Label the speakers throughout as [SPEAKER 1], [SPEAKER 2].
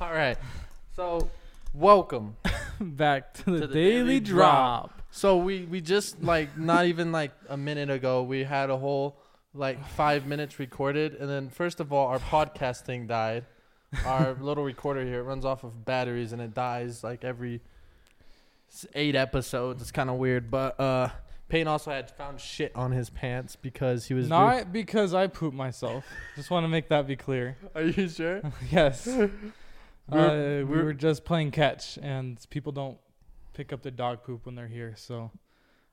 [SPEAKER 1] All right. So, welcome.
[SPEAKER 2] Back to the,
[SPEAKER 3] To the
[SPEAKER 2] daily,
[SPEAKER 3] Daily
[SPEAKER 2] drop.
[SPEAKER 1] So we we just like not even like a minute ago we had a whole like five minutes recorded, and then first of all our podcast thing died. Our little recorder here it runs off of batteries and it dies like every s- eight episodes. It's kind of weird, but uh, Payne also had found shit on his pants because he was.
[SPEAKER 2] Not because I pooped myself. Just want to make that be clear.
[SPEAKER 1] Are you sure?
[SPEAKER 2] yes.
[SPEAKER 1] We're-
[SPEAKER 2] uh, we
[SPEAKER 1] we're-
[SPEAKER 2] were just playing catch, and people don't pick up their dog poop when they're here. So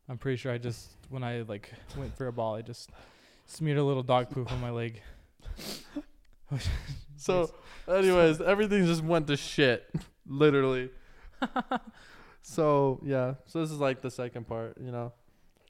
[SPEAKER 2] I'm pretty sure I just, when I like went for a ball, I just smeared a little dog poop on my leg.
[SPEAKER 1] So, anyways, everything just went to shit, literally. so yeah, so this is like the second part, you know.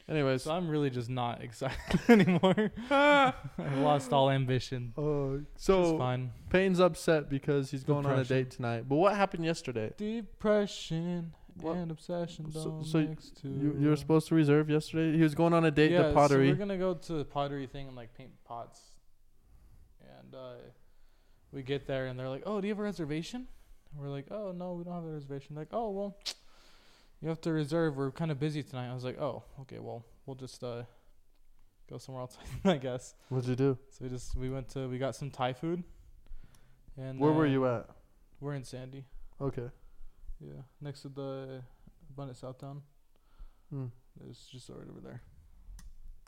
[SPEAKER 1] Anyways,
[SPEAKER 2] So I'm really just not excited anymore. I lost all ambition.
[SPEAKER 1] uh,
[SPEAKER 2] It's
[SPEAKER 1] so
[SPEAKER 2] fine.
[SPEAKER 1] Payne's upset because he's going on a
[SPEAKER 2] Depression.
[SPEAKER 1] date tonight. But what happened yesterday?
[SPEAKER 2] Depression
[SPEAKER 1] What-
[SPEAKER 2] and obsession.
[SPEAKER 1] So-
[SPEAKER 2] down
[SPEAKER 1] so y-
[SPEAKER 2] next to
[SPEAKER 1] You, you were supposed to reserve yesterday. He was going on a date
[SPEAKER 2] Mm. yeah,
[SPEAKER 1] to
[SPEAKER 2] So
[SPEAKER 1] pottery.
[SPEAKER 2] we're gonna go to the pottery thing and like paint pots, and uh, we get there and they're like, "Oh, do you have a reservation?" And we're like, "Oh no, we don't have a reservation." They're like, "Oh well, you have to reserve. We're kind of busy tonight." I was like, "Oh, okay. Well, we'll just uh, go somewhere else, I guess."
[SPEAKER 1] What'd you do?
[SPEAKER 2] So we just we went to we got some Thai food. And
[SPEAKER 1] Where were
[SPEAKER 2] uh,
[SPEAKER 1] you at?
[SPEAKER 2] We're in Sandy.
[SPEAKER 1] Okay.
[SPEAKER 2] Yeah, next to the Abundant Southtown.
[SPEAKER 1] Hmm.
[SPEAKER 2] It's just right over there.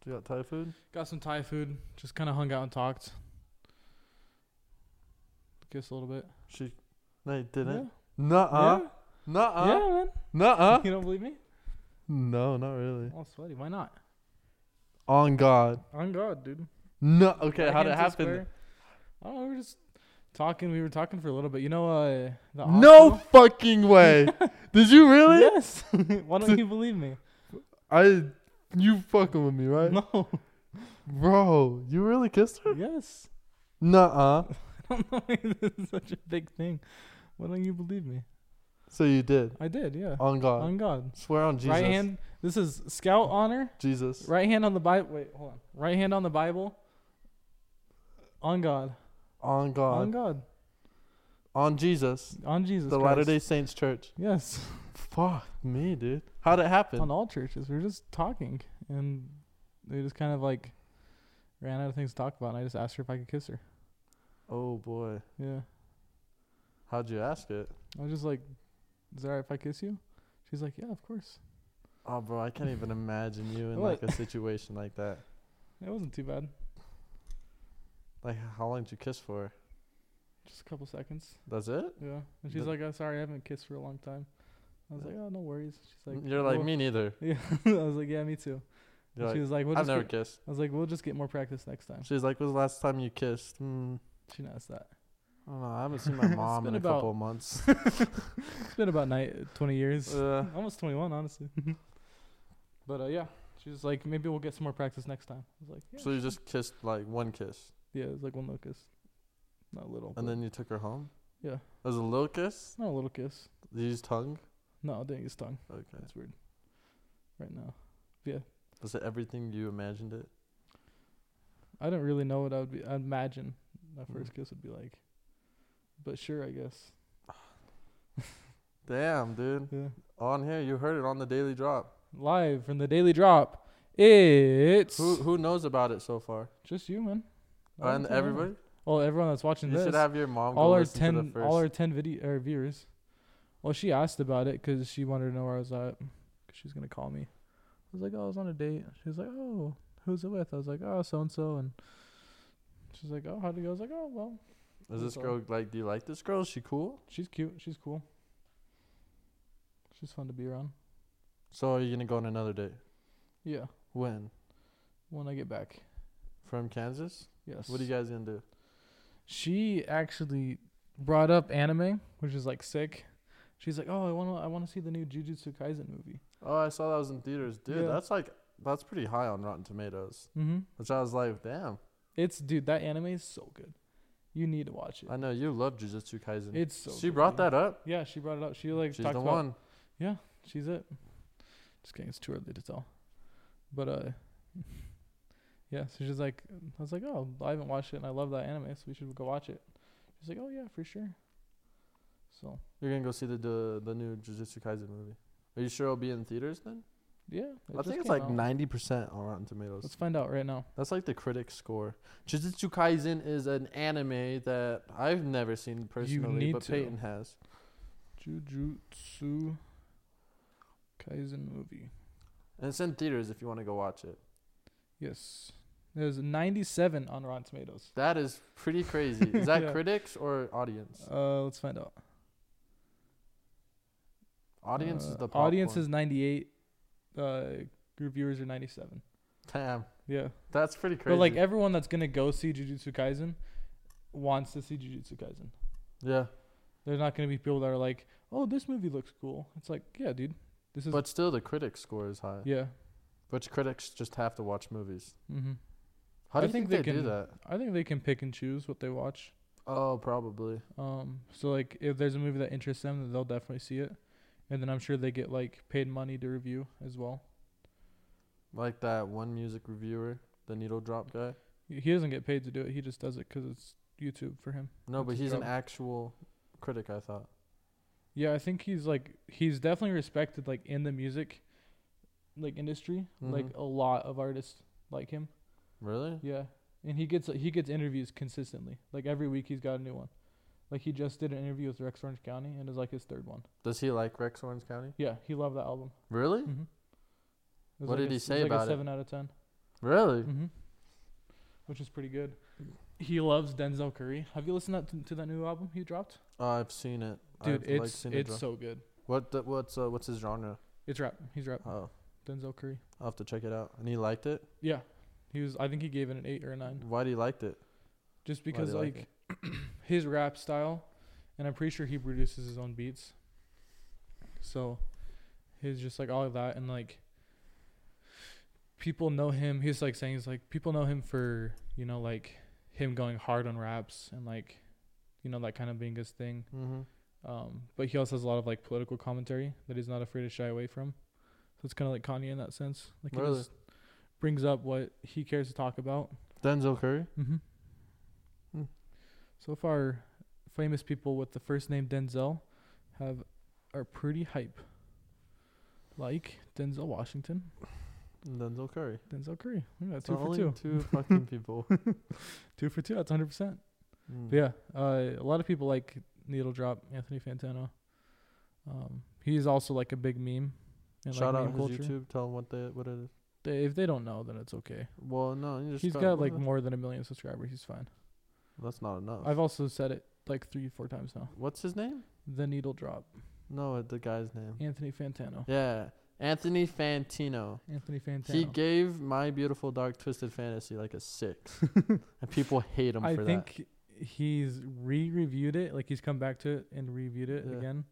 [SPEAKER 1] You got Thai food.
[SPEAKER 2] Got some Thai food. Just kind of hung out and talked. Kissed a little bit.
[SPEAKER 1] She, no, you didn't.
[SPEAKER 2] Yeah.
[SPEAKER 1] Nuh-uh.
[SPEAKER 2] Yeah.
[SPEAKER 1] Nuh-uh.
[SPEAKER 2] yeah, man.
[SPEAKER 1] Nuh-uh.
[SPEAKER 2] You don't believe me?
[SPEAKER 1] No, not really.
[SPEAKER 2] All sweaty. Why not?
[SPEAKER 1] On God.
[SPEAKER 2] On God, dude.
[SPEAKER 1] No. Okay,
[SPEAKER 2] My
[SPEAKER 1] how'd it
[SPEAKER 2] hands are
[SPEAKER 1] happen?
[SPEAKER 2] square. I don't know. We were just talking. We were talking for a little bit. You know, uh, the
[SPEAKER 1] No
[SPEAKER 2] hospital?
[SPEAKER 1] fucking way. Did you really?
[SPEAKER 2] Yes. Why don't you believe me?
[SPEAKER 1] I you fucking with me, right?
[SPEAKER 2] No.
[SPEAKER 1] Bro, you really kissed her?
[SPEAKER 2] yes.
[SPEAKER 1] Nuh-uh.
[SPEAKER 2] I don't know. why this is such a big thing. Why don't you believe me?
[SPEAKER 1] So you did.
[SPEAKER 2] I did. Yeah.
[SPEAKER 1] On God.
[SPEAKER 2] On God.
[SPEAKER 1] Swear on Uh, Jesus.
[SPEAKER 2] Right hand. This is scout honor.
[SPEAKER 1] Jesus.
[SPEAKER 2] Right hand on the Bible. Wait, hold on. Right hand on the Bible. On God.
[SPEAKER 1] On God.
[SPEAKER 2] On
[SPEAKER 1] On,
[SPEAKER 2] God.
[SPEAKER 1] Jesus.
[SPEAKER 2] On Jesus.
[SPEAKER 1] The
[SPEAKER 2] Christ.
[SPEAKER 1] Latter day Saints Church.
[SPEAKER 2] Yes.
[SPEAKER 1] Fuck me, dude. How'd it
[SPEAKER 2] on
[SPEAKER 1] happen?
[SPEAKER 2] all churches. We were just talking, and they just kind of like ran out of things to talk about, and I just asked her if I could kiss her.
[SPEAKER 1] Oh boy.
[SPEAKER 2] Yeah.
[SPEAKER 1] How'd you ask it?
[SPEAKER 2] I was just like, "Is it alright if I kiss you?" She's like, "Yeah, of course."
[SPEAKER 1] Oh bro, I can't even imagine you in
[SPEAKER 2] What?
[SPEAKER 1] like a situation like that.
[SPEAKER 2] It wasn't too bad.
[SPEAKER 1] Like how long did you kiss for?
[SPEAKER 2] Just a couple seconds.
[SPEAKER 1] That's it?
[SPEAKER 2] Yeah. And she's
[SPEAKER 1] The-
[SPEAKER 2] like, "I'm sorry, I haven't kissed for a long time." I was like, "Oh, no worries." She's like,
[SPEAKER 1] You're like
[SPEAKER 2] "Well-"
[SPEAKER 1] me neither.
[SPEAKER 2] Yeah. I was like, "Yeah, me too."
[SPEAKER 1] You're
[SPEAKER 2] And she
[SPEAKER 1] like,
[SPEAKER 2] was like, we'll
[SPEAKER 1] I've
[SPEAKER 2] just
[SPEAKER 1] never
[SPEAKER 2] get-
[SPEAKER 1] kissed.
[SPEAKER 2] I was like, we'll just get more practice next time.
[SPEAKER 1] She's like, When was the last time you kissed? Hmm.
[SPEAKER 2] She knows that.
[SPEAKER 1] I don't know. I haven't seen my mom in
[SPEAKER 2] been
[SPEAKER 1] a
[SPEAKER 2] about-
[SPEAKER 1] couple of months.
[SPEAKER 2] It's been about night, 20 years.
[SPEAKER 1] Uh, mm-hmm.
[SPEAKER 2] Almost 21, honestly. but uh, yeah, she was like, maybe we'll get some more practice next time. I was like, yeah.
[SPEAKER 1] so you just kissed like one kiss,
[SPEAKER 2] yeah, it was like one little kiss. Not a little.
[SPEAKER 1] and
[SPEAKER 2] but-
[SPEAKER 1] then you took her home.
[SPEAKER 2] Yeah.
[SPEAKER 1] It was a little kiss.
[SPEAKER 2] Not a little kiss.
[SPEAKER 1] Did you use tongue?
[SPEAKER 2] No, I didn't use tongue.
[SPEAKER 1] Okay.
[SPEAKER 2] That's weird. Right now.
[SPEAKER 1] Was it everything you imagined it?
[SPEAKER 2] I don't really know what I would be. I imagine my
[SPEAKER 1] Mm.
[SPEAKER 2] first kiss would be like. But sure, I guess.
[SPEAKER 1] Damn, dude.
[SPEAKER 2] Yeah.
[SPEAKER 1] On here, you heard it on the Daily Drop.
[SPEAKER 2] Live from the Daily Drop. It's
[SPEAKER 1] Who who knows about it so far?
[SPEAKER 2] just you, man. I
[SPEAKER 1] And
[SPEAKER 2] don't know.
[SPEAKER 1] everybody.
[SPEAKER 2] Well, everyone that's watching
[SPEAKER 1] You
[SPEAKER 2] this.
[SPEAKER 1] should have your mom. Go
[SPEAKER 2] all our
[SPEAKER 1] listen to the
[SPEAKER 2] ten,
[SPEAKER 1] first.
[SPEAKER 2] all our ten video or viewers. Well, she asked about it 'cause she wanted to know where I was at. 'cause she was gonna call me. I was like, oh, I was on a date. She was like, oh, who's it with? I was like, oh, so and so, and she's like, oh, how'd it go? I was like, oh, well,
[SPEAKER 1] Is this
[SPEAKER 2] that's all.
[SPEAKER 1] girl like? Do you like this girl? Is she cool?
[SPEAKER 2] she's cute, she's cool, she's fun to be around.
[SPEAKER 1] So are you gonna go on another date?
[SPEAKER 2] Yeah,
[SPEAKER 1] When?
[SPEAKER 2] when I get back,
[SPEAKER 1] From Kansas?
[SPEAKER 2] yes.
[SPEAKER 1] What are you guys gonna do?
[SPEAKER 2] She actually brought up anime, which is like sick. She's like, oh, I wanna, I wanna see the new Jujutsu Kaisen movie.
[SPEAKER 1] Oh, I saw that was in theaters, dude.
[SPEAKER 2] Yeah.
[SPEAKER 1] That's like that's pretty high on Rotten Tomatoes.
[SPEAKER 2] Mm-hmm.
[SPEAKER 1] Which I was like, damn.
[SPEAKER 2] It's dude, that anime is so good. You need to watch it.
[SPEAKER 1] I know you love Jujutsu Kaisen.
[SPEAKER 2] It's so.
[SPEAKER 1] she brought that up.
[SPEAKER 2] Yeah, she brought it up. She like
[SPEAKER 1] She's
[SPEAKER 2] talked
[SPEAKER 1] the
[SPEAKER 2] about.
[SPEAKER 1] one.
[SPEAKER 2] She's it. Just kidding. It's too early to tell. But uh, yeah. So she's like, I was like, oh, I haven't watched it, and I love that anime, so we should go watch it. She's like, oh yeah, for sure. So
[SPEAKER 1] You're gonna go see the the, the new Jujutsu Kaisen movie. Are you sure it'll be in theaters then?
[SPEAKER 2] yeah, it
[SPEAKER 1] I
[SPEAKER 2] just
[SPEAKER 1] think it's
[SPEAKER 2] came
[SPEAKER 1] like
[SPEAKER 2] out.
[SPEAKER 1] ninety percent on Rotten Tomatoes.
[SPEAKER 2] Let's find out right now.
[SPEAKER 1] That's like the critic score. Jujutsu Kaisen is an anime that I've never seen personally,
[SPEAKER 2] need
[SPEAKER 1] but
[SPEAKER 2] to.
[SPEAKER 1] Peyton has.
[SPEAKER 2] Jujutsu Kaisen movie.
[SPEAKER 1] And it's in theaters if you want to go watch it.
[SPEAKER 2] Yes, there's 97 on Rotten Tomatoes.
[SPEAKER 1] That is pretty crazy. Is that
[SPEAKER 2] Yeah.
[SPEAKER 1] critics or audience?
[SPEAKER 2] Uh, let's find out.
[SPEAKER 1] Audience is
[SPEAKER 2] Uh,
[SPEAKER 1] the popcorn.
[SPEAKER 2] audience is 98. Uh, reviewers are 97.
[SPEAKER 1] damn.
[SPEAKER 2] Yeah,
[SPEAKER 1] That's pretty crazy.
[SPEAKER 2] but like everyone that's gonna go see Jujutsu Kaisen wants to see Jujutsu Kaisen.
[SPEAKER 1] yeah,
[SPEAKER 2] There's not gonna be people that are like, oh, this movie looks cool. It's like, yeah, dude, this is
[SPEAKER 1] but uh, still the critic score is high.
[SPEAKER 2] yeah.
[SPEAKER 1] Which critics just have to watch movies.
[SPEAKER 2] Mm-hmm.
[SPEAKER 1] How do
[SPEAKER 2] I
[SPEAKER 1] you
[SPEAKER 2] think
[SPEAKER 1] think,
[SPEAKER 2] they
[SPEAKER 1] they, do
[SPEAKER 2] can-
[SPEAKER 1] that?
[SPEAKER 2] I think they can pick and choose what they watch.
[SPEAKER 1] Oh, probably.
[SPEAKER 2] Um, so like if there's a movie that interests them, then they'll definitely see it, and then I'm sure they get like paid money to review as well.
[SPEAKER 1] Like that one music reviewer, the needle drop guy.
[SPEAKER 2] He he doesn't get paid to do it; he just does it 'cause it's YouTube for him.
[SPEAKER 1] No, but
[SPEAKER 2] Needle
[SPEAKER 1] he's an
[SPEAKER 2] drop.
[SPEAKER 1] actual critic, I thought.
[SPEAKER 2] Yeah, I think he's like he's definitely respected like in the music, like industry. Like
[SPEAKER 1] Mhm.
[SPEAKER 2] a lot of artists like him.
[SPEAKER 1] Really?
[SPEAKER 2] Yeah, and he gets he gets interviews consistently. Like every week, he's got a new one. Like he just did an interview with Rex Orange County, and it's like his third one.
[SPEAKER 1] Does he like Rex Orange County? Mm.
[SPEAKER 2] Yeah, he loved that album.
[SPEAKER 1] Really?
[SPEAKER 2] Mm-hmm.
[SPEAKER 1] What did he say
[SPEAKER 2] like
[SPEAKER 1] about
[SPEAKER 2] a
[SPEAKER 1] it?
[SPEAKER 2] Seven out of ten.
[SPEAKER 1] Really?
[SPEAKER 2] Mm-hmm. Which is pretty good. He loves Denzel Curry. Have you listened to, to that new album he dropped?
[SPEAKER 1] Oh, I've seen it.
[SPEAKER 2] Dude,
[SPEAKER 1] I've, like,
[SPEAKER 2] it's
[SPEAKER 1] seen it
[SPEAKER 2] it's
[SPEAKER 1] drop.
[SPEAKER 2] so good.
[SPEAKER 1] what the, what's uh, what's his genre?
[SPEAKER 2] It's rap. He's rap.
[SPEAKER 1] Oh,
[SPEAKER 2] Denzel Curry.
[SPEAKER 1] I'll have to check it out. And he liked it.
[SPEAKER 2] Yeah, he was. I think he gave it an eight or a nine,
[SPEAKER 1] Why do you liked it?
[SPEAKER 2] just
[SPEAKER 1] do you
[SPEAKER 2] because
[SPEAKER 1] Mm-hmm. like
[SPEAKER 2] like, his rap style, and I'm pretty sure he produces his own beats. So, he's just like all of that, and like people know him. He's like saying he's like people know him for you know like him going hard on raps and like you know that kind of being his thing.
[SPEAKER 1] Mm-hmm.
[SPEAKER 2] Um, but he also has a lot of like political commentary that he's not afraid to shy away from. So it's kind of like Kanye in that sense. Like
[SPEAKER 1] Really?
[SPEAKER 2] he just brings up what he cares to talk about.
[SPEAKER 1] Denzel Curry.
[SPEAKER 2] Mm-hmm.
[SPEAKER 1] Hmm.
[SPEAKER 2] So far, famous people with the first name Denzel have are pretty hype. Like Denzel Washington,
[SPEAKER 1] Denzel Curry.
[SPEAKER 2] Denzel Curry. We got
[SPEAKER 1] It's
[SPEAKER 2] two for
[SPEAKER 1] only
[SPEAKER 2] two.
[SPEAKER 1] fucking people.
[SPEAKER 2] Two for two. That's hundred percent.
[SPEAKER 1] Mm.
[SPEAKER 2] But yeah, uh, a lot of people like Needle Drop, Anthony Fantano. Um, he's also like a big meme. And
[SPEAKER 1] Shout
[SPEAKER 2] like
[SPEAKER 1] out
[SPEAKER 2] meme
[SPEAKER 1] his
[SPEAKER 2] culture.
[SPEAKER 1] YouTube. Tell him what they what it is.
[SPEAKER 2] They, if they don't know, then it's okay.
[SPEAKER 1] Well, no, you just
[SPEAKER 2] he's
[SPEAKER 1] got-
[SPEAKER 2] got
[SPEAKER 1] what
[SPEAKER 2] like
[SPEAKER 1] the-
[SPEAKER 2] more than a million subscribers. He's fine.
[SPEAKER 1] That's not enough.
[SPEAKER 2] I've also said it like three, four times now.
[SPEAKER 1] What's his name?
[SPEAKER 2] The Needle Drop,
[SPEAKER 1] No, uh, the guy's name.
[SPEAKER 2] Anthony Fantano.
[SPEAKER 1] Yeah, Anthony Fantino.
[SPEAKER 2] Anthony Fantano.
[SPEAKER 1] He gave My Beautiful Dark Twisted Fantasy like a six, and people hate him
[SPEAKER 2] I
[SPEAKER 1] for that.
[SPEAKER 2] think he's re-reviewed it. Like he's come back to it and reviewed it
[SPEAKER 1] Yeah.
[SPEAKER 2] again,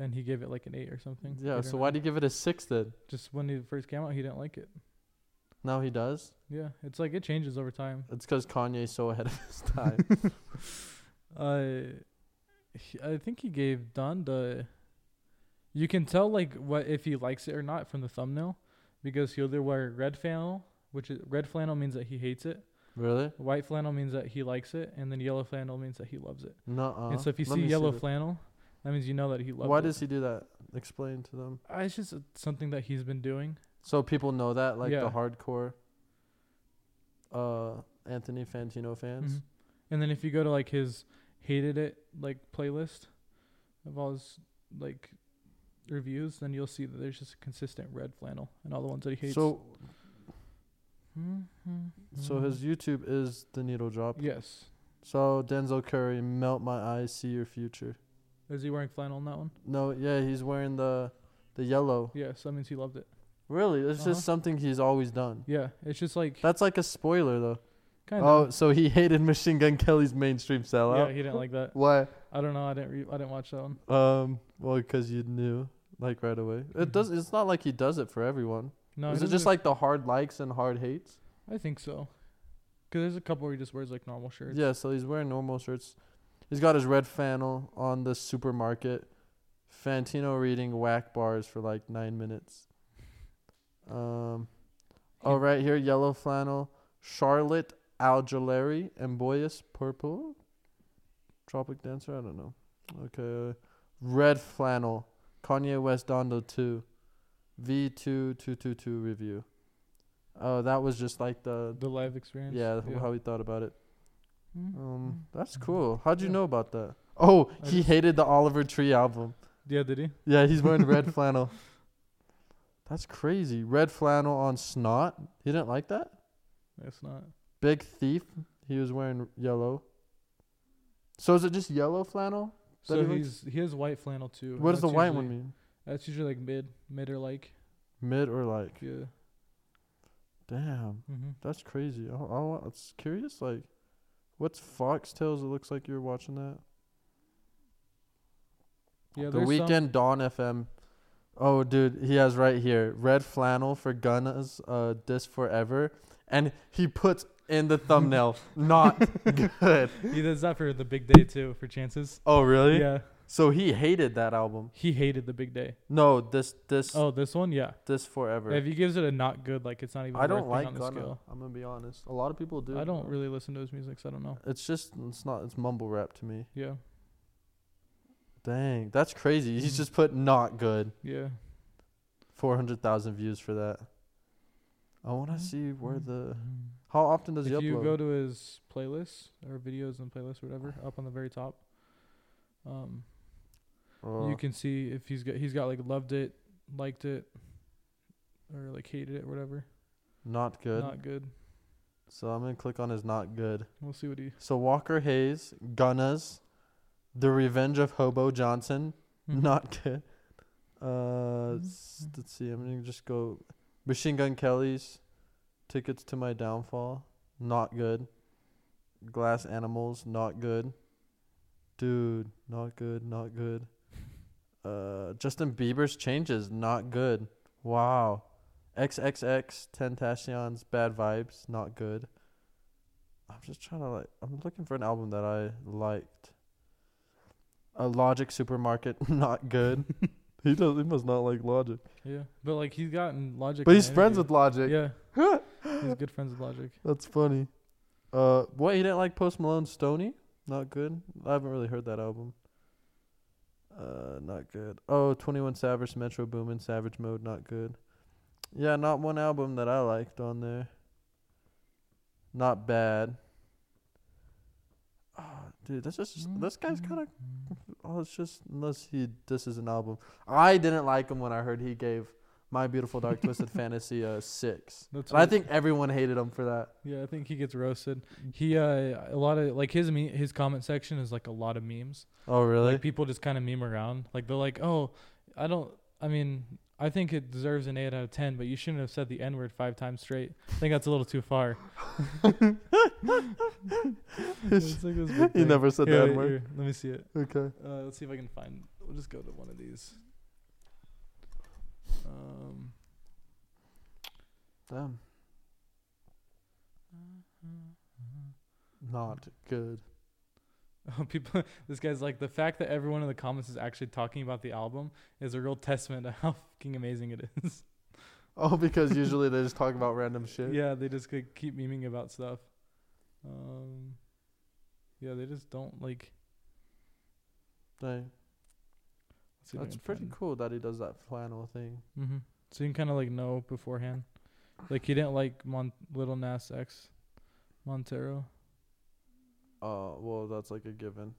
[SPEAKER 2] and he gave it like an eight or something.
[SPEAKER 1] Yeah.
[SPEAKER 2] eight
[SPEAKER 1] So
[SPEAKER 2] or
[SPEAKER 1] why
[SPEAKER 2] nine.
[SPEAKER 1] do you give it a six then?
[SPEAKER 2] just when he first came out, he didn't like it.
[SPEAKER 1] Now he does.
[SPEAKER 2] Yeah, it's like it changes over time.
[SPEAKER 1] It's because Kanye's so ahead of his time.
[SPEAKER 2] Uh, he- I think he gave Donda. You can tell like what if he likes it or not from the thumbnail, because he'll either wear red flannel, which is red flannel means that he hates it,
[SPEAKER 1] really?
[SPEAKER 2] white flannel means that he likes it, and then yellow flannel means that he loves it.
[SPEAKER 1] No.
[SPEAKER 2] and so if you see yellow flannel, that means you know that he loves
[SPEAKER 1] why
[SPEAKER 2] it.
[SPEAKER 1] does he do that? Explain to them.
[SPEAKER 2] Uh, It's just uh, something that he's been doing.
[SPEAKER 1] So people know that, like the
[SPEAKER 2] Yeah.
[SPEAKER 1] hardcore. Uh, Anthony Fantino fans.
[SPEAKER 2] Mhm. And then if you go to like his hated it like playlist of all his like reviews, then you'll see that there's just a consistent red flannel and all the ones that he hates.
[SPEAKER 1] So,
[SPEAKER 2] Mhm.
[SPEAKER 1] so his YouTube is the needle drop.
[SPEAKER 2] Mm-hmm. yes.
[SPEAKER 1] So Denzel Curry, melt my eyes, see your future.
[SPEAKER 2] Is he wearing flannel on that one?
[SPEAKER 1] No, yeah, he's wearing the, the yellow.
[SPEAKER 2] Yeah, so that means he loved it.
[SPEAKER 1] Really, it's
[SPEAKER 2] Uh-huh.
[SPEAKER 1] just something he's always done.
[SPEAKER 2] Yeah, it's just like
[SPEAKER 1] That's like a spoiler though.
[SPEAKER 2] kind
[SPEAKER 1] Oh,
[SPEAKER 2] of.
[SPEAKER 1] so he hated Machine Gun Kelly's mainstream
[SPEAKER 2] yeah,
[SPEAKER 1] sellout.
[SPEAKER 2] he didn't like that.
[SPEAKER 1] Why?
[SPEAKER 2] I don't know. I didn't. Re- I didn't watch that one.
[SPEAKER 1] Um, well, because you knew like right away. It
[SPEAKER 2] Mhm.
[SPEAKER 1] does. It's not like he does it for everyone.
[SPEAKER 2] No, he
[SPEAKER 1] Is it
[SPEAKER 2] doesn't
[SPEAKER 1] just
[SPEAKER 2] do-
[SPEAKER 1] like the hard likes and hard hates?
[SPEAKER 2] I think so. Cause there's a couple where he just wears like normal shirts.
[SPEAKER 1] Yeah, so he's wearing normal shirts. He's got his red flannel on the supermarket. Fantino reading whack bars for like nine minutes. Um, oh right here, yellow flannel. Charlotte Algilary, Emboyus Purple, Tropic Dancer. I don't know. Okay, uh, Red Flannel, Kanye West Dondo 2, V2222 review. Oh, that was just like the
[SPEAKER 2] The live experience.
[SPEAKER 1] yeah, how he thought about it.
[SPEAKER 2] Mm.
[SPEAKER 1] Um, that's
[SPEAKER 2] Mhm.
[SPEAKER 1] cool. How'd you
[SPEAKER 2] Yeah.
[SPEAKER 1] know about that? Oh,
[SPEAKER 2] I
[SPEAKER 1] he
[SPEAKER 2] just-
[SPEAKER 1] hated the Oliver Tree album.
[SPEAKER 2] Yeah, did he?
[SPEAKER 1] Yeah, he's wearing red flannel. That's crazy. Red flannel on snot. He didn't like that.
[SPEAKER 2] That's not.
[SPEAKER 1] Big thief. He was wearing yellow. So is it just yellow flannel?
[SPEAKER 2] So
[SPEAKER 1] he looks-
[SPEAKER 2] he's he has white flannel too. and
[SPEAKER 1] What does the
[SPEAKER 2] that's
[SPEAKER 1] white
[SPEAKER 2] usually-
[SPEAKER 1] one mean?
[SPEAKER 2] That's usually like mid, mid or like.
[SPEAKER 1] Mid or like?
[SPEAKER 2] Yeah.
[SPEAKER 1] Damn,
[SPEAKER 2] Mm-hmm.
[SPEAKER 1] that's crazy. I, I, it's curious. Like, what's Foxtails? It looks like you're watching that.
[SPEAKER 2] Yeah.
[SPEAKER 1] the
[SPEAKER 2] there's some-
[SPEAKER 1] weekend Dawn FM. Oh, dude, he has right here red flannel for Gunna's uh, "This Forever," and he puts in the thumbnail not good.
[SPEAKER 2] He does that for the big day too, for chances.
[SPEAKER 1] Oh, really?
[SPEAKER 2] Yeah.
[SPEAKER 1] So he hated that album.
[SPEAKER 2] He hated the big day.
[SPEAKER 1] No, this this
[SPEAKER 2] Oh, this one, yeah.
[SPEAKER 1] this forever.
[SPEAKER 2] If he gives it a not good, like it's not even.
[SPEAKER 1] I don't
[SPEAKER 2] worth being
[SPEAKER 1] like
[SPEAKER 2] on the
[SPEAKER 1] Gunna.
[SPEAKER 2] scale.
[SPEAKER 1] I'm gonna be honest. A lot of people do.
[SPEAKER 2] I don't really listen to his music, so I don't know.
[SPEAKER 1] It's just it's not it's mumble rap to me.
[SPEAKER 2] Yeah.
[SPEAKER 1] Dang, that's crazy. He's
[SPEAKER 2] Mhm.
[SPEAKER 1] just put not good.
[SPEAKER 2] Yeah.
[SPEAKER 1] Four hundred thousand views for that. I want to see where the how often does
[SPEAKER 2] Mm-hmm. if
[SPEAKER 1] he upload?
[SPEAKER 2] you go to his playlist or videos and playlist, whatever, up on the very top, um,
[SPEAKER 1] Oh.
[SPEAKER 2] you can see if he's got he's got like loved it, liked it, or like hated it, whatever.
[SPEAKER 1] Not good.
[SPEAKER 2] Not good.
[SPEAKER 1] so I'm gonna click on his not good.
[SPEAKER 2] We'll see what he.
[SPEAKER 1] So Walker Hayes, Gunnas, The Revenge of Hobo Johnson,
[SPEAKER 2] Mm-hmm.
[SPEAKER 1] not good. Uh, s- let's see. I'm gonna just go Machine Gun Kelly's, Tickets to My Downfall, not good. Glass Animals, not good. Dude, not good, not good. Uh, Justin Bieber's Changes, not good. Wow. XXX Tentacion's Bad Vibes, not good. I'm just trying to like. I'm looking for an album that I liked. A Logic Supermarket, not good. he does. He must not like Logic.
[SPEAKER 2] Yeah, but like he's gotten Logic.
[SPEAKER 1] But
[SPEAKER 2] in
[SPEAKER 1] he's
[SPEAKER 2] an
[SPEAKER 1] friends with
[SPEAKER 2] interview.
[SPEAKER 1] Logic.
[SPEAKER 2] Yeah, he's good friends with Logic.
[SPEAKER 1] That's funny. Uh, what he didn't like Post Malone Stony? Not good. I haven't really heard that album. Uh, not good. Oh, 21 Savage, Metro Boomin, Savage Mode, not good. Yeah, not one album that I liked on there. Not bad. Ah, dude, that's just this guy's kind of. Oh, it's just unless he this is an album. I didn't like him when I heard he gave My Beautiful Dark Twisted Fantasy a six.
[SPEAKER 2] That's
[SPEAKER 1] And I
[SPEAKER 2] what-
[SPEAKER 1] think everyone hated him for that.
[SPEAKER 2] Yeah, I think he gets roasted. He uh, a lot of like his me- his comment section is like a lot of memes.
[SPEAKER 1] Oh really?
[SPEAKER 2] Like people just kind of meme around. Like they're like, "Oh, I don't. I mean, I think it deserves an eight out of ten, but you shouldn't have said the n word five times straight. I think that's a little too far." It's like this big
[SPEAKER 1] he
[SPEAKER 2] thing.
[SPEAKER 1] never said
[SPEAKER 2] Here,
[SPEAKER 1] the
[SPEAKER 2] wait,
[SPEAKER 1] N word.
[SPEAKER 2] here, Let me see it.
[SPEAKER 1] Okay.
[SPEAKER 2] Uh, let's see if I can find. We'll just go to one of these. Um,
[SPEAKER 1] Damn. Not good.
[SPEAKER 2] Oh, people, this guy's like the fact that everyone in the comments is actually talking about the album is a real testament to how fucking amazing it is.
[SPEAKER 1] Oh, because usually they just talk about random shit.
[SPEAKER 2] yeah, they just could keep memeing about stuff. Um, yeah, they just don't like.
[SPEAKER 1] Dang.
[SPEAKER 2] let's see if I
[SPEAKER 1] That's
[SPEAKER 2] can
[SPEAKER 1] pretty
[SPEAKER 2] find-
[SPEAKER 1] cool that he does that flannel thing.
[SPEAKER 2] Mhm. So you can kind of like know beforehand. Like he didn't like Mon- Little Nas X, Montero.
[SPEAKER 1] Uh, well, that's like a given.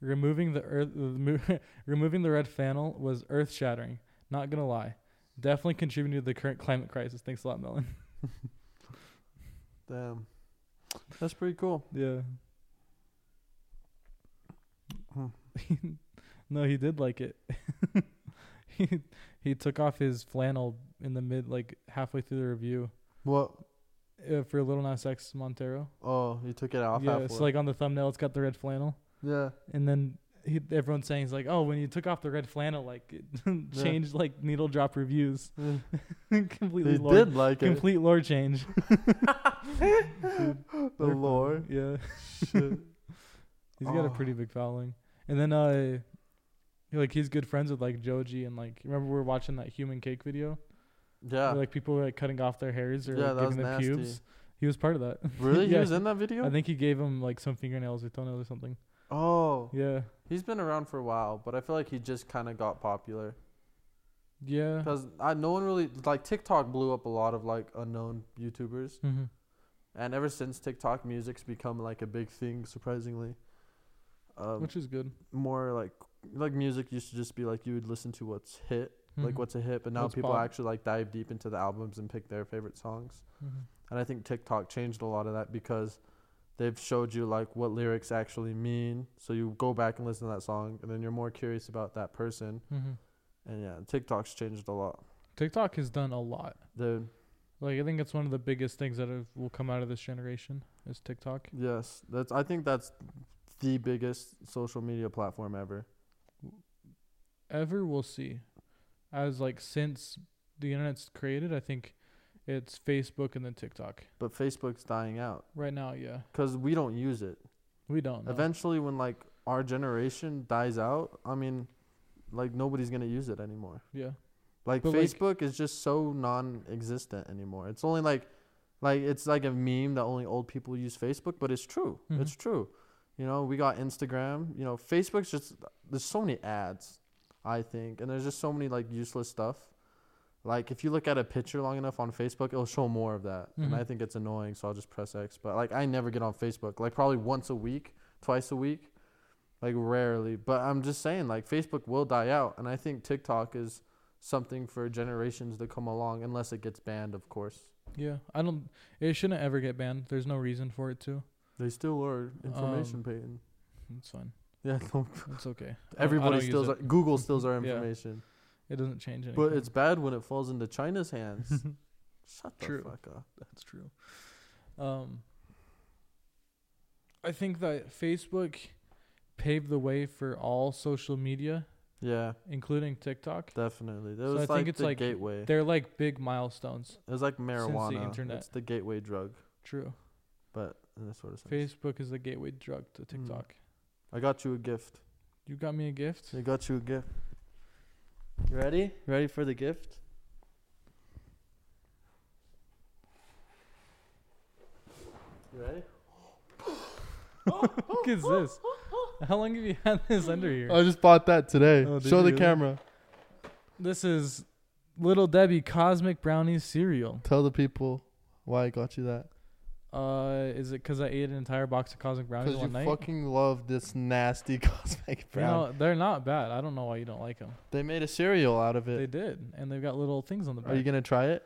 [SPEAKER 2] removing the earth, remo- removing the red flannel was earth shattering. Not gonna lie, definitely contributing to the current climate crisis. Thanks a lot, Melon.
[SPEAKER 1] Damn. That's pretty cool.
[SPEAKER 2] Yeah.
[SPEAKER 1] Hmm.
[SPEAKER 2] no, he did like it. he he took off his flannel in the mid, like halfway through the review
[SPEAKER 1] What?
[SPEAKER 2] uh, for Little Nas X Montero.
[SPEAKER 1] Oh, he took it off
[SPEAKER 2] yeah,
[SPEAKER 1] halfway.
[SPEAKER 2] it's like on the thumbnail, it's got the red flannel,
[SPEAKER 1] yeah.
[SPEAKER 2] and then he, everyone's saying he's like, oh, when you took off the red flannel, like it changed like needle drop reviews.
[SPEAKER 1] Yeah.
[SPEAKER 2] completely
[SPEAKER 1] He
[SPEAKER 2] lore,
[SPEAKER 1] did like it.
[SPEAKER 2] complete lore change.
[SPEAKER 1] The lore.
[SPEAKER 2] Yeah.
[SPEAKER 1] Shit.
[SPEAKER 2] He's got
[SPEAKER 1] Oh.
[SPEAKER 2] a pretty big following. And then uh like he's good friends with like Joji and like remember we were watching that human cake video?
[SPEAKER 1] Yeah.
[SPEAKER 2] Where, like people were like cutting off their hairs or
[SPEAKER 1] Yeah, that
[SPEAKER 2] like,
[SPEAKER 1] was
[SPEAKER 2] giving them
[SPEAKER 1] nasty.
[SPEAKER 2] pubes. He was part of that.
[SPEAKER 1] Really? He
[SPEAKER 2] Yeah.
[SPEAKER 1] was in that video?
[SPEAKER 2] I think he gave him like some fingernails or toenails or something.
[SPEAKER 1] Oh,
[SPEAKER 2] Yeah.
[SPEAKER 1] he's been around for a while, but I feel like he just kind of got popular
[SPEAKER 2] Yeah.
[SPEAKER 1] because I no one really like TikTok blew up a lot of like unknown YouTubers,
[SPEAKER 2] Mm-hmm.
[SPEAKER 1] and ever since TikTok, music's become like a big thing. Surprisingly, um,
[SPEAKER 2] Which is good.
[SPEAKER 1] more like like music used to just be like you would listen to what's hit, like
[SPEAKER 2] Mhm.
[SPEAKER 1] what's a hit, but now
[SPEAKER 2] What's
[SPEAKER 1] people
[SPEAKER 2] pop.
[SPEAKER 1] actually like dive deep into the albums and pick their favorite songs.
[SPEAKER 2] Mhm.
[SPEAKER 1] And I think TikTok changed a lot of that because they've showed you like what lyrics actually mean. So you go back and listen to that song and then you're more curious about that person.
[SPEAKER 2] Mhm.
[SPEAKER 1] And yeah, TikTok's changed a lot.
[SPEAKER 2] TikTok has done a lot.
[SPEAKER 1] Dude,
[SPEAKER 2] Like I think it's one of the biggest things that have, will come out of this generation is TikTok.
[SPEAKER 1] yes, that's I think that's the biggest social media platform ever.
[SPEAKER 2] Ever we'll see. As like since the internet's created, I think it's Facebook and then TikTok.
[SPEAKER 1] But Facebook's dying out
[SPEAKER 2] Right now, yeah.
[SPEAKER 1] cuz we don't use it.
[SPEAKER 2] We don't. know.
[SPEAKER 1] Eventually when like our generation dies out, I mean like nobody's going to use it anymore.
[SPEAKER 2] Yeah.
[SPEAKER 1] Like
[SPEAKER 2] But, like-
[SPEAKER 1] Facebook is just so non-existent anymore. It's only like, like it's like a meme that only old people use Facebook, but it's true.
[SPEAKER 2] Mhm.
[SPEAKER 1] It's true. You know, we got Instagram. You know, Facebook's just there's so many ads, I think, and there's just so many like useless stuff. Like if you look at a picture long enough on Facebook, it'll show more of that, and
[SPEAKER 2] Mhm.
[SPEAKER 1] I think it's annoying. So I'll just press X. But like I never get on Facebook. Like probably once a week, twice a week, like rarely. But I'm just saying, like Facebook will die out, and I think TikTok is something for generations to come along, unless it gets banned, of course.
[SPEAKER 2] Yeah. I don't it shouldn't ever get banned. There's no reason for it to.
[SPEAKER 1] They still are information
[SPEAKER 2] Um,
[SPEAKER 1] paying.
[SPEAKER 2] It's fine.
[SPEAKER 1] Yeah, no,
[SPEAKER 2] It's okay.
[SPEAKER 1] everybody
[SPEAKER 2] use
[SPEAKER 1] steals.
[SPEAKER 2] it.
[SPEAKER 1] Our, Google steals our
[SPEAKER 2] Yeah.
[SPEAKER 1] information,
[SPEAKER 2] It doesn't change anything.
[SPEAKER 1] but it's bad when it falls into China's hands. Shut the
[SPEAKER 2] True.
[SPEAKER 1] fuck up.
[SPEAKER 2] That's true. Um, I think that Facebook paved the way for all social media,
[SPEAKER 1] Yeah,
[SPEAKER 2] including TikTok.
[SPEAKER 1] definitely. That
[SPEAKER 2] So I
[SPEAKER 1] was
[SPEAKER 2] think
[SPEAKER 1] like
[SPEAKER 2] it's
[SPEAKER 1] the
[SPEAKER 2] like
[SPEAKER 1] gateway.
[SPEAKER 2] They're like big milestones.
[SPEAKER 1] It was like marijuana.
[SPEAKER 2] internet.
[SPEAKER 1] It's the gateway drug,
[SPEAKER 2] True.
[SPEAKER 1] but in a sort of sense.
[SPEAKER 2] Facebook is the gateway drug to
[SPEAKER 1] Hmm.
[SPEAKER 2] TikTok.
[SPEAKER 1] I got you a gift.
[SPEAKER 2] You got me a gift.
[SPEAKER 1] I got you a gift. You ready? Ready for the gift? You ready?
[SPEAKER 2] What is this? How long have you had this under here?
[SPEAKER 1] I just bought that today.
[SPEAKER 2] Oh, did
[SPEAKER 1] Show
[SPEAKER 2] you
[SPEAKER 1] the
[SPEAKER 2] really?
[SPEAKER 1] camera.
[SPEAKER 2] this is Little Debbie Cosmic Brownies cereal.
[SPEAKER 1] Tell the people why I got you that.
[SPEAKER 2] Uh, is it 'cause I ate an entire box of Cosmic Brownies
[SPEAKER 1] Because you
[SPEAKER 2] one night?
[SPEAKER 1] fucking love this nasty cosmic
[SPEAKER 2] You
[SPEAKER 1] brown.
[SPEAKER 2] know, they're not bad. I don't know why you don't like them.
[SPEAKER 1] they made a cereal out of
[SPEAKER 2] They
[SPEAKER 1] it.
[SPEAKER 2] did, and they've got little things on the back.
[SPEAKER 1] Are you gonna try it?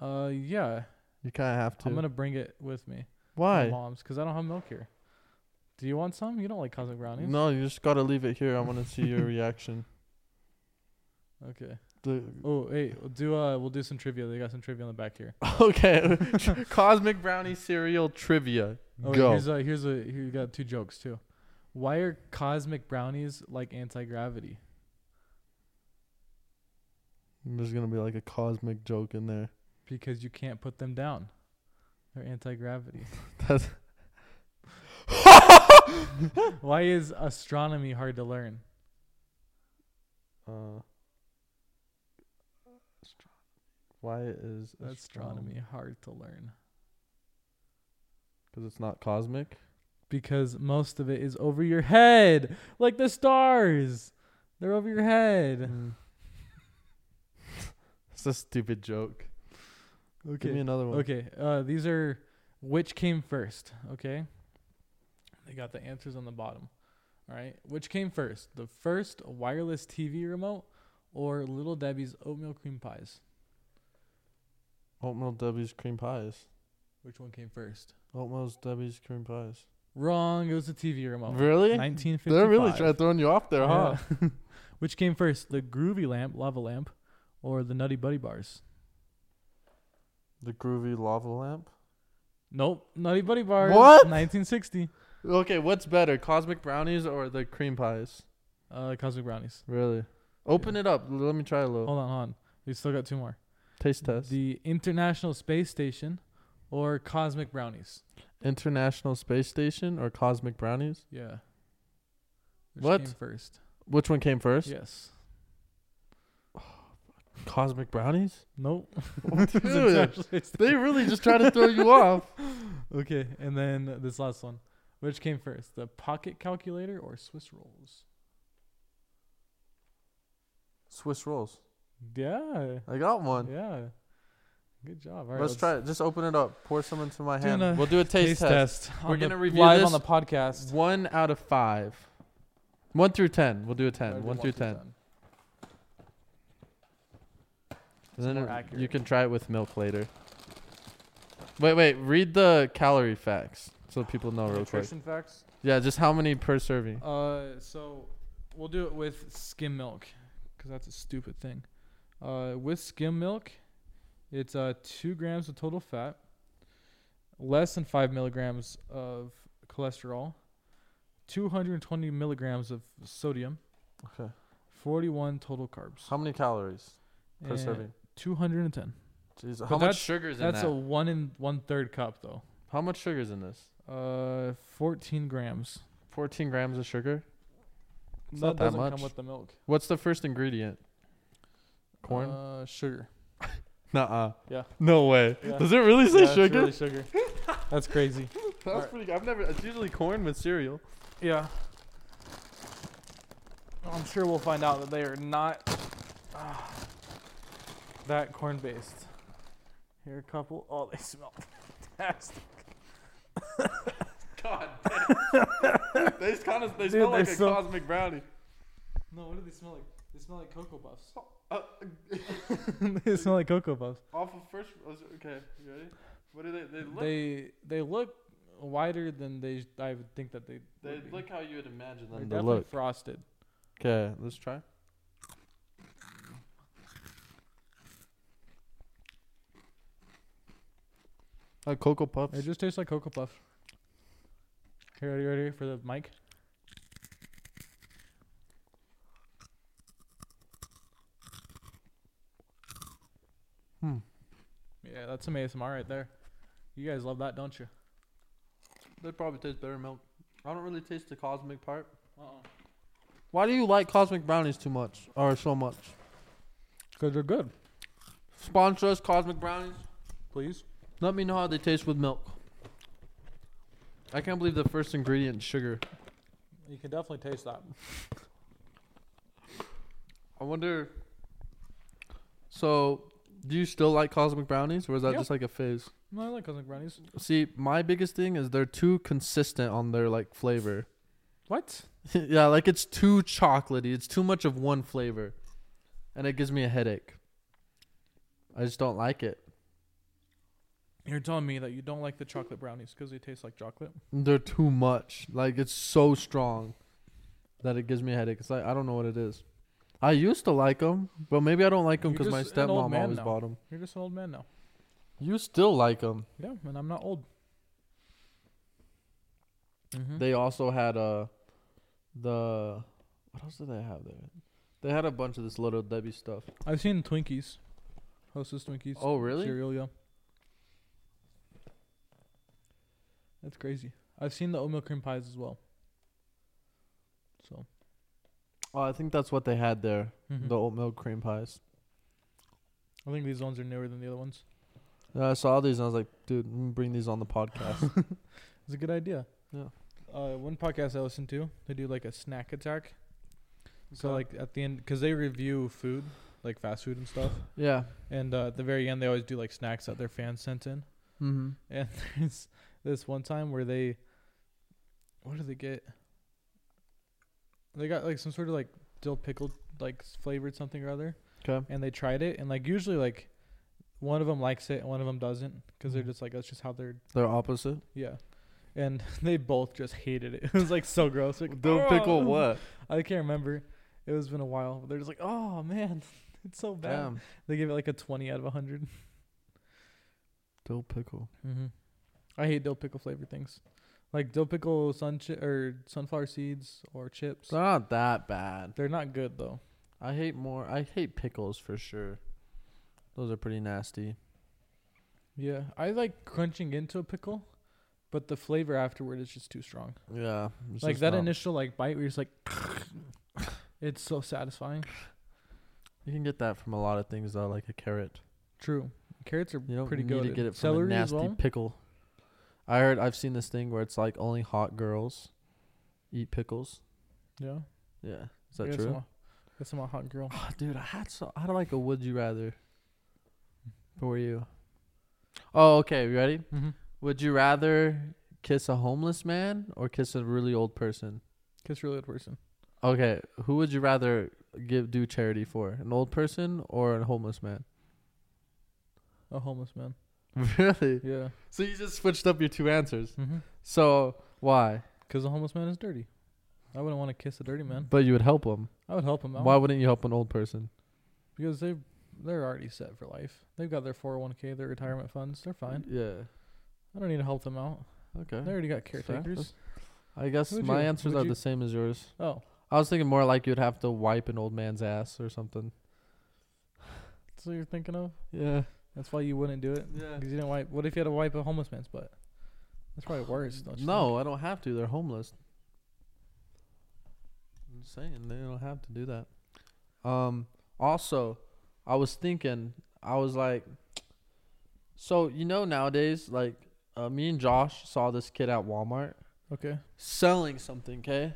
[SPEAKER 2] uh, yeah,
[SPEAKER 1] You kind of have to.
[SPEAKER 2] I'm gonna bring it with me. My
[SPEAKER 1] why?
[SPEAKER 2] mom's, cause I don't have milk here. Do you want some? You don't like cosmic brownies?
[SPEAKER 1] No, you just gotta leave it here. I want to see your reaction.
[SPEAKER 2] Okay.
[SPEAKER 1] The-
[SPEAKER 2] Oh, hey, we'll do uh, we'll do some trivia. They got some trivia on the back here.
[SPEAKER 1] okay, cosmic brownie cereal trivia.
[SPEAKER 2] Oh, wait,
[SPEAKER 1] Go.
[SPEAKER 2] Here's a here's a here you got two jokes too. Why are cosmic brownies like anti gravity?
[SPEAKER 1] There's gonna be like a cosmic joke in there.
[SPEAKER 2] Because you can't put them down. They're anti gravity.
[SPEAKER 1] That's
[SPEAKER 2] Why is astronomy hard to learn?
[SPEAKER 1] uh, why is
[SPEAKER 2] Astronomy hard to learn.
[SPEAKER 1] Because it's not cosmic.
[SPEAKER 2] Because most of it is over your head, like the stars. They're over your head.
[SPEAKER 1] it's a stupid joke.
[SPEAKER 2] Okay.
[SPEAKER 1] Give me another one.
[SPEAKER 2] Okay. Uh, these are which came first. Okay. They got the answers on the bottom. All right. Which came first, the first wireless TV remote or Little Debbie's oatmeal cream pies?
[SPEAKER 1] Oatmeal Debbie's cream pies.
[SPEAKER 2] Which one came first?
[SPEAKER 1] Oatmeal Debbie's cream pies.
[SPEAKER 2] Wrong. It was the TV remote.
[SPEAKER 1] Really?
[SPEAKER 2] 1955.
[SPEAKER 1] They're really trying to throw you off there, huh?
[SPEAKER 2] Yeah. which came first, the Groovy lamp, lava lamp, or the Nutty Buddy bars?
[SPEAKER 1] The groovy lava lamp.
[SPEAKER 2] Nope, Nutty Buddy bars.
[SPEAKER 1] What?
[SPEAKER 2] 1960.
[SPEAKER 1] Okay, what's better, cosmic brownies or the cream pies?
[SPEAKER 2] Uh, Cosmic Brownies.
[SPEAKER 1] Really? Open it up. Let me try a little.
[SPEAKER 2] Hold on, hold on. We still got two more.
[SPEAKER 1] Taste test.
[SPEAKER 2] The International Space Station or Cosmic Brownies.
[SPEAKER 1] International Space Station or Cosmic Brownies?
[SPEAKER 2] Yeah.
[SPEAKER 1] What?
[SPEAKER 2] Came first.
[SPEAKER 1] Which one came first?
[SPEAKER 2] Yes.
[SPEAKER 1] Cosmic Brownies?
[SPEAKER 2] Nope. It's
[SPEAKER 1] Dude,
[SPEAKER 2] International Space Station.
[SPEAKER 1] they really just try to throw you off.
[SPEAKER 2] okay, and then this last one. Which came first, the pocket calculator or Swiss rolls?
[SPEAKER 1] Swiss rolls.
[SPEAKER 2] Yeah.
[SPEAKER 1] I got one.
[SPEAKER 2] Yeah. Good job. All right,
[SPEAKER 1] let's, try it. Just open it up. Pour some into my
[SPEAKER 2] Do
[SPEAKER 1] hand.
[SPEAKER 2] a
[SPEAKER 1] we'll do a taste,
[SPEAKER 2] Taste
[SPEAKER 1] test.
[SPEAKER 2] test.
[SPEAKER 1] We're
[SPEAKER 2] on the-
[SPEAKER 1] gonna review
[SPEAKER 2] live
[SPEAKER 1] this.
[SPEAKER 2] on the podcast.
[SPEAKER 1] One out of five. One through ten. We'll do a
[SPEAKER 2] That'd
[SPEAKER 1] ten.
[SPEAKER 2] be
[SPEAKER 1] One through ten. And then
[SPEAKER 2] more
[SPEAKER 1] it-
[SPEAKER 2] accurate.
[SPEAKER 1] you can try it with milk later. Wait, wait. Read the calorie facts so people know real quick.
[SPEAKER 2] Nutrition facts.
[SPEAKER 1] Yeah, just how many per serving?
[SPEAKER 2] Uh, so we'll do it with skim milk, cause that's a stupid thing. Uh, with skim milk, it's uh two grams of total fat, less than five milligrams of cholesterol, 220 milligrams of sodium.
[SPEAKER 1] Okay.
[SPEAKER 2] 41 total carbs
[SPEAKER 1] How many calories per
[SPEAKER 2] and
[SPEAKER 1] serving?
[SPEAKER 2] 210.
[SPEAKER 1] Jeez,
[SPEAKER 2] but
[SPEAKER 1] how much
[SPEAKER 2] that's-
[SPEAKER 1] sugar's in
[SPEAKER 2] That's
[SPEAKER 1] that?
[SPEAKER 2] a one and one third cup though.
[SPEAKER 1] how much sugar's in this?
[SPEAKER 2] Uh, 14 grams.
[SPEAKER 1] 14 grams of sugar. It's
[SPEAKER 2] that
[SPEAKER 1] not that
[SPEAKER 2] doesn't
[SPEAKER 1] much.
[SPEAKER 2] come with the milk.
[SPEAKER 1] What's the first ingredient? Corn?
[SPEAKER 2] Uh, sugar.
[SPEAKER 1] Nuh-uh.
[SPEAKER 2] yeah.
[SPEAKER 1] No way.
[SPEAKER 2] Yeah.
[SPEAKER 1] Does it really say
[SPEAKER 2] Yeah, it's
[SPEAKER 1] sugar?
[SPEAKER 2] really sugar. That's crazy.
[SPEAKER 1] That was pretty good. I've never. It's usually corn with cereal.
[SPEAKER 2] Yeah. I'm sure we'll find out that they are not ah, that corn based. Here, a couple. Oh, they smell fantastic.
[SPEAKER 1] God. they just kind of. They
[SPEAKER 2] Dude, smell they like a smell-
[SPEAKER 1] cosmic brownie.
[SPEAKER 2] No, what do they smell like? They smell like Cocoa Puffs.
[SPEAKER 1] Uh,
[SPEAKER 2] they smell like Cocoa Puffs.
[SPEAKER 1] off of first. oh, Okay, you ready? What do they? They look. They,
[SPEAKER 2] They they look wider than they. I would think that they. would be.
[SPEAKER 1] look how you would imagine
[SPEAKER 2] They're
[SPEAKER 1] them to
[SPEAKER 2] definitely
[SPEAKER 1] look.
[SPEAKER 2] frosted.
[SPEAKER 1] Okay, let's try. Uh, cocoa puffs.
[SPEAKER 2] It just tastes like Cocoa Puffs. Okay, ready, ready for the mic?
[SPEAKER 1] Hmm.
[SPEAKER 2] Yeah, that's some ASMR right there. You guys love that, don't you?
[SPEAKER 1] they probably taste better milk. I don't really taste the cosmic part.
[SPEAKER 2] Uh-uh.
[SPEAKER 1] Why do you like cosmic brownies too much or so much?
[SPEAKER 2] Because they're good.
[SPEAKER 1] Sponsor us, cosmic brownies.
[SPEAKER 2] Please.
[SPEAKER 1] Let me know how they taste with milk. I can't believe the first ingredient is sugar.
[SPEAKER 2] You can definitely taste that.
[SPEAKER 1] I wonder. So, do you still like cosmic brownies, or is that
[SPEAKER 2] Yeah.
[SPEAKER 1] just like a phase?
[SPEAKER 2] No, I like cosmic brownies.
[SPEAKER 1] See, my biggest thing is they're too consistent on their like flavor.
[SPEAKER 2] What?
[SPEAKER 1] yeah, like it's too chocolatey. It's too much of one flavor, and it gives me a headache. I just don't like it.
[SPEAKER 2] You're telling me that you don't like the chocolate brownies because they taste like chocolate?
[SPEAKER 1] They're too much. Like it's so strong that it gives me a headache. It's like I don't know what it is. I used to like them, but maybe I don't like them
[SPEAKER 2] You're
[SPEAKER 1] because my
[SPEAKER 2] just an old
[SPEAKER 1] stepmom
[SPEAKER 2] man
[SPEAKER 1] always
[SPEAKER 2] now.
[SPEAKER 1] bought them.
[SPEAKER 2] You're just an old man now.
[SPEAKER 1] You still like them.
[SPEAKER 2] Yeah, and I'm not old. Mm-hmm.
[SPEAKER 1] They also had uh the what else did they have there? They had a bunch of this little Debbie stuff.
[SPEAKER 2] I've seen Twinkies, Hostess Twinkies.
[SPEAKER 1] Oh really?
[SPEAKER 2] Cereal, yeah. That's crazy. I've seen the oatmeal cream pies as well. So.
[SPEAKER 1] Oh, I think that's what they had there.
[SPEAKER 2] mhm.
[SPEAKER 1] The oatmeal cream pies.
[SPEAKER 2] I think these ones are newer than the other ones.
[SPEAKER 1] Yeah, I saw these and I was like, dude, let me bring these on the podcast.
[SPEAKER 2] It's a good idea.
[SPEAKER 1] Yeah.
[SPEAKER 2] Uh, one podcast I listen to, they do like a snack attack. So
[SPEAKER 1] Okay.
[SPEAKER 2] like at the end, because they review food, like fast food and stuff,
[SPEAKER 1] yeah.
[SPEAKER 2] and uh, at the very end they always do like snacks that their fans sent in.
[SPEAKER 1] Mm-hmm.
[SPEAKER 2] And there's this one time where they, what did they get? They got like some sort of like dill pickle like s- flavored something or other,
[SPEAKER 1] Okay.
[SPEAKER 2] and they tried it, and like usually like one of them likes it and one of them doesn't, because they're
[SPEAKER 1] Mhm.
[SPEAKER 2] just like that's just how they're
[SPEAKER 1] They're opposite.
[SPEAKER 2] yeah, and they both just hated it. It was like so gross. Like,
[SPEAKER 1] Dill pickle
[SPEAKER 2] "Oh."
[SPEAKER 1] what?
[SPEAKER 2] I can't remember. It was been a while. But they're just like oh man, it's so bad.
[SPEAKER 1] Damn.
[SPEAKER 2] They gave it like a twenty out of hundred.
[SPEAKER 1] Dill pickle.
[SPEAKER 2] Mm-hmm. I hate dill pickle flavored things, like dill pickle sun chi- or sunflower seeds or chips.
[SPEAKER 1] They're not that bad.
[SPEAKER 2] They're not good though.
[SPEAKER 1] I hate more. I hate pickles for sure. Those are pretty nasty.
[SPEAKER 2] Yeah, I like crunching into a pickle, but the flavor afterward is just too strong.
[SPEAKER 1] Yeah. it's
[SPEAKER 2] like
[SPEAKER 1] just
[SPEAKER 2] that
[SPEAKER 1] not-
[SPEAKER 2] initial like bite where you're just like, it's so satisfying.
[SPEAKER 1] You can get that from a lot of things though, like a carrot.
[SPEAKER 2] True, carrots are
[SPEAKER 1] You don't
[SPEAKER 2] pretty
[SPEAKER 1] need
[SPEAKER 2] good.
[SPEAKER 1] to get it from
[SPEAKER 2] Celery
[SPEAKER 1] a
[SPEAKER 2] as
[SPEAKER 1] nasty
[SPEAKER 2] well.
[SPEAKER 1] pickle. I heard I've seen this thing where it's like only hot girls eat pickles.
[SPEAKER 2] Yeah.
[SPEAKER 1] Yeah, is that
[SPEAKER 2] Yeah,
[SPEAKER 1] true?
[SPEAKER 2] Some, that's my hot girl.
[SPEAKER 1] Oh, dude, I had so I had like a would you rather for you. Oh, okay. You ready?
[SPEAKER 2] Mm-hmm.
[SPEAKER 1] Would you rather kiss a homeless man or kiss a really old person?
[SPEAKER 2] Kiss really good person.
[SPEAKER 1] Okay, who would you rather give do charity for? An old person or a homeless man?
[SPEAKER 2] A homeless man.
[SPEAKER 1] really?
[SPEAKER 2] Yeah.
[SPEAKER 1] So you just switched up your two answers.
[SPEAKER 2] Mm-hmm.
[SPEAKER 1] So why?
[SPEAKER 2] Cause a homeless man is dirty. I wouldn't want to kiss a dirty man.
[SPEAKER 1] But you would help him.
[SPEAKER 2] I would help him out.
[SPEAKER 1] Why wouldn't you help an old person?
[SPEAKER 2] Because they they're already set for life. They've got their 401k, their retirement funds. They're fine.
[SPEAKER 1] Yeah.
[SPEAKER 2] I don't need to help them out. They
[SPEAKER 1] Okay.
[SPEAKER 2] already got
[SPEAKER 1] Fair.
[SPEAKER 2] caretakers.
[SPEAKER 1] I guess
[SPEAKER 2] Would
[SPEAKER 1] my
[SPEAKER 2] you-
[SPEAKER 1] answers
[SPEAKER 2] would
[SPEAKER 1] are
[SPEAKER 2] you-
[SPEAKER 1] the same as yours.
[SPEAKER 2] Oh,
[SPEAKER 1] I was thinking more like you'd have to wipe an old man's ass or something.
[SPEAKER 2] that's what you're thinking of.
[SPEAKER 1] Yeah.
[SPEAKER 2] That's why you wouldn't do it.
[SPEAKER 1] Yeah.
[SPEAKER 2] Because you didn't wipe. What if you had to wipe a homeless man's butt? That's probably worse. Don't you
[SPEAKER 1] No, I don't have to. They're homeless. I'm just saying they don't have to do that. Um. Also, I was thinking. I was like, so you know nowadays, like uh, me and Josh saw this kid at Walmart
[SPEAKER 2] think? Okay.
[SPEAKER 1] selling something. Okay.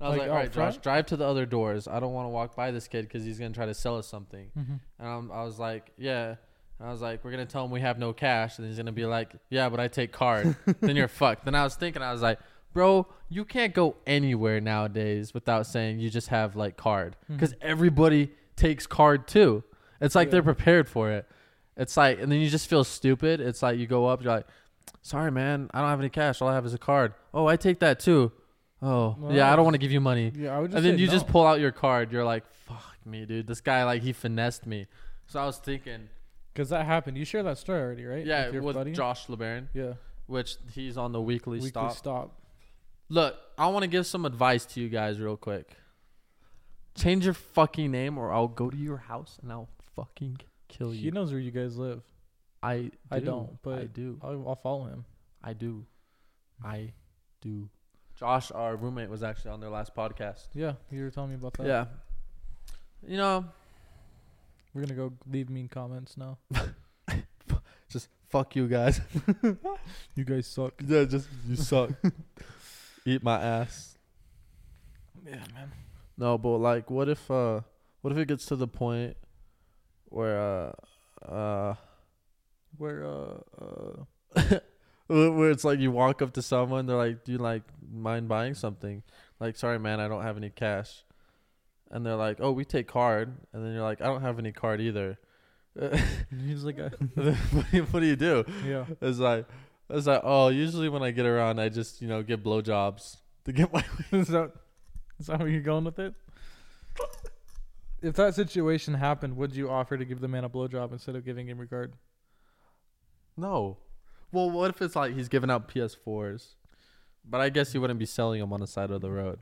[SPEAKER 1] I was like,
[SPEAKER 2] Like
[SPEAKER 1] oh,
[SPEAKER 2] out
[SPEAKER 1] all right, Josh,
[SPEAKER 2] front?
[SPEAKER 1] drive to the other doors. I don't want to walk by this kid because he's gonna try to sell us something.
[SPEAKER 2] Mm-hmm.
[SPEAKER 1] And I'm, I was like, yeah. And I was like, we're gonna tell him we have no cash, and he's gonna be like, yeah, but I take card. then you're fucked. Then I was thinking, I was like, bro, you can't go anywhere nowadays without saying you just have like card,
[SPEAKER 2] Mm-hmm.
[SPEAKER 1] because everybody takes card too. It's like they're
[SPEAKER 2] Yeah.
[SPEAKER 1] prepared for it. It's like, and then you just feel stupid. It's like you go up, you're like, sorry man, I don't have any cash. All I have is a card. Oh, I take that too. Oh,
[SPEAKER 2] Well,
[SPEAKER 1] yeah, I don't
[SPEAKER 2] that's-
[SPEAKER 1] want to give you money
[SPEAKER 2] Yeah, I would just.
[SPEAKER 1] and then
[SPEAKER 2] say
[SPEAKER 1] you
[SPEAKER 2] no.
[SPEAKER 1] just pull out your card. You're like, fuck me, dude. This guy, like, he finessed me. So I was thinking,
[SPEAKER 2] Because that happened. You share that story already, right?
[SPEAKER 1] yeah,
[SPEAKER 2] With your
[SPEAKER 1] with
[SPEAKER 2] buddy?
[SPEAKER 1] Josh LeBaron,
[SPEAKER 2] Yeah.
[SPEAKER 1] which he's on the weekly,
[SPEAKER 2] Weekly
[SPEAKER 1] stop.
[SPEAKER 2] stop.
[SPEAKER 1] Look, I want to give some advice to you guys real quick. Change your fucking name, or I'll go to your house and I'll fucking kill you.
[SPEAKER 2] He knows where you guys live.
[SPEAKER 1] I
[SPEAKER 2] I
[SPEAKER 1] do.
[SPEAKER 2] don't, but-
[SPEAKER 1] I do.
[SPEAKER 2] I'll, I'll follow him.
[SPEAKER 1] I do. I do. Josh, our roommate, was actually on their last podcast.
[SPEAKER 2] Yeah, you were telling me about that.
[SPEAKER 1] Yeah. You know,
[SPEAKER 2] We're gonna go leave mean comments now.
[SPEAKER 1] just fuck you guys.
[SPEAKER 2] You guys suck.
[SPEAKER 1] Yeah, just you suck. Eat my ass.
[SPEAKER 2] Yeah, man.
[SPEAKER 1] No, but like, what if uh, what if it gets to the point where uh, uh,
[SPEAKER 2] Where uh uh
[SPEAKER 1] where where it's like you walk up to someone, they're like, "Do you like mind buying something?" Like, "Sorry, man, I don't have any cash," and they're like, "Oh, we take card," and then you're like, "I don't have any card either."
[SPEAKER 2] he's like a
[SPEAKER 1] what, do you, what do you do?
[SPEAKER 2] yeah.
[SPEAKER 1] It's like, it's like, oh, usually when I get around, I just you know get blowjobs to get my
[SPEAKER 2] is that is that where you're going with it? If that situation happened, would you offer to give the man a blowjob instead of giving him regard?
[SPEAKER 1] No. Well, what if it's like he's giving out PS4s? But I guess you wouldn't be selling them on the side of the road.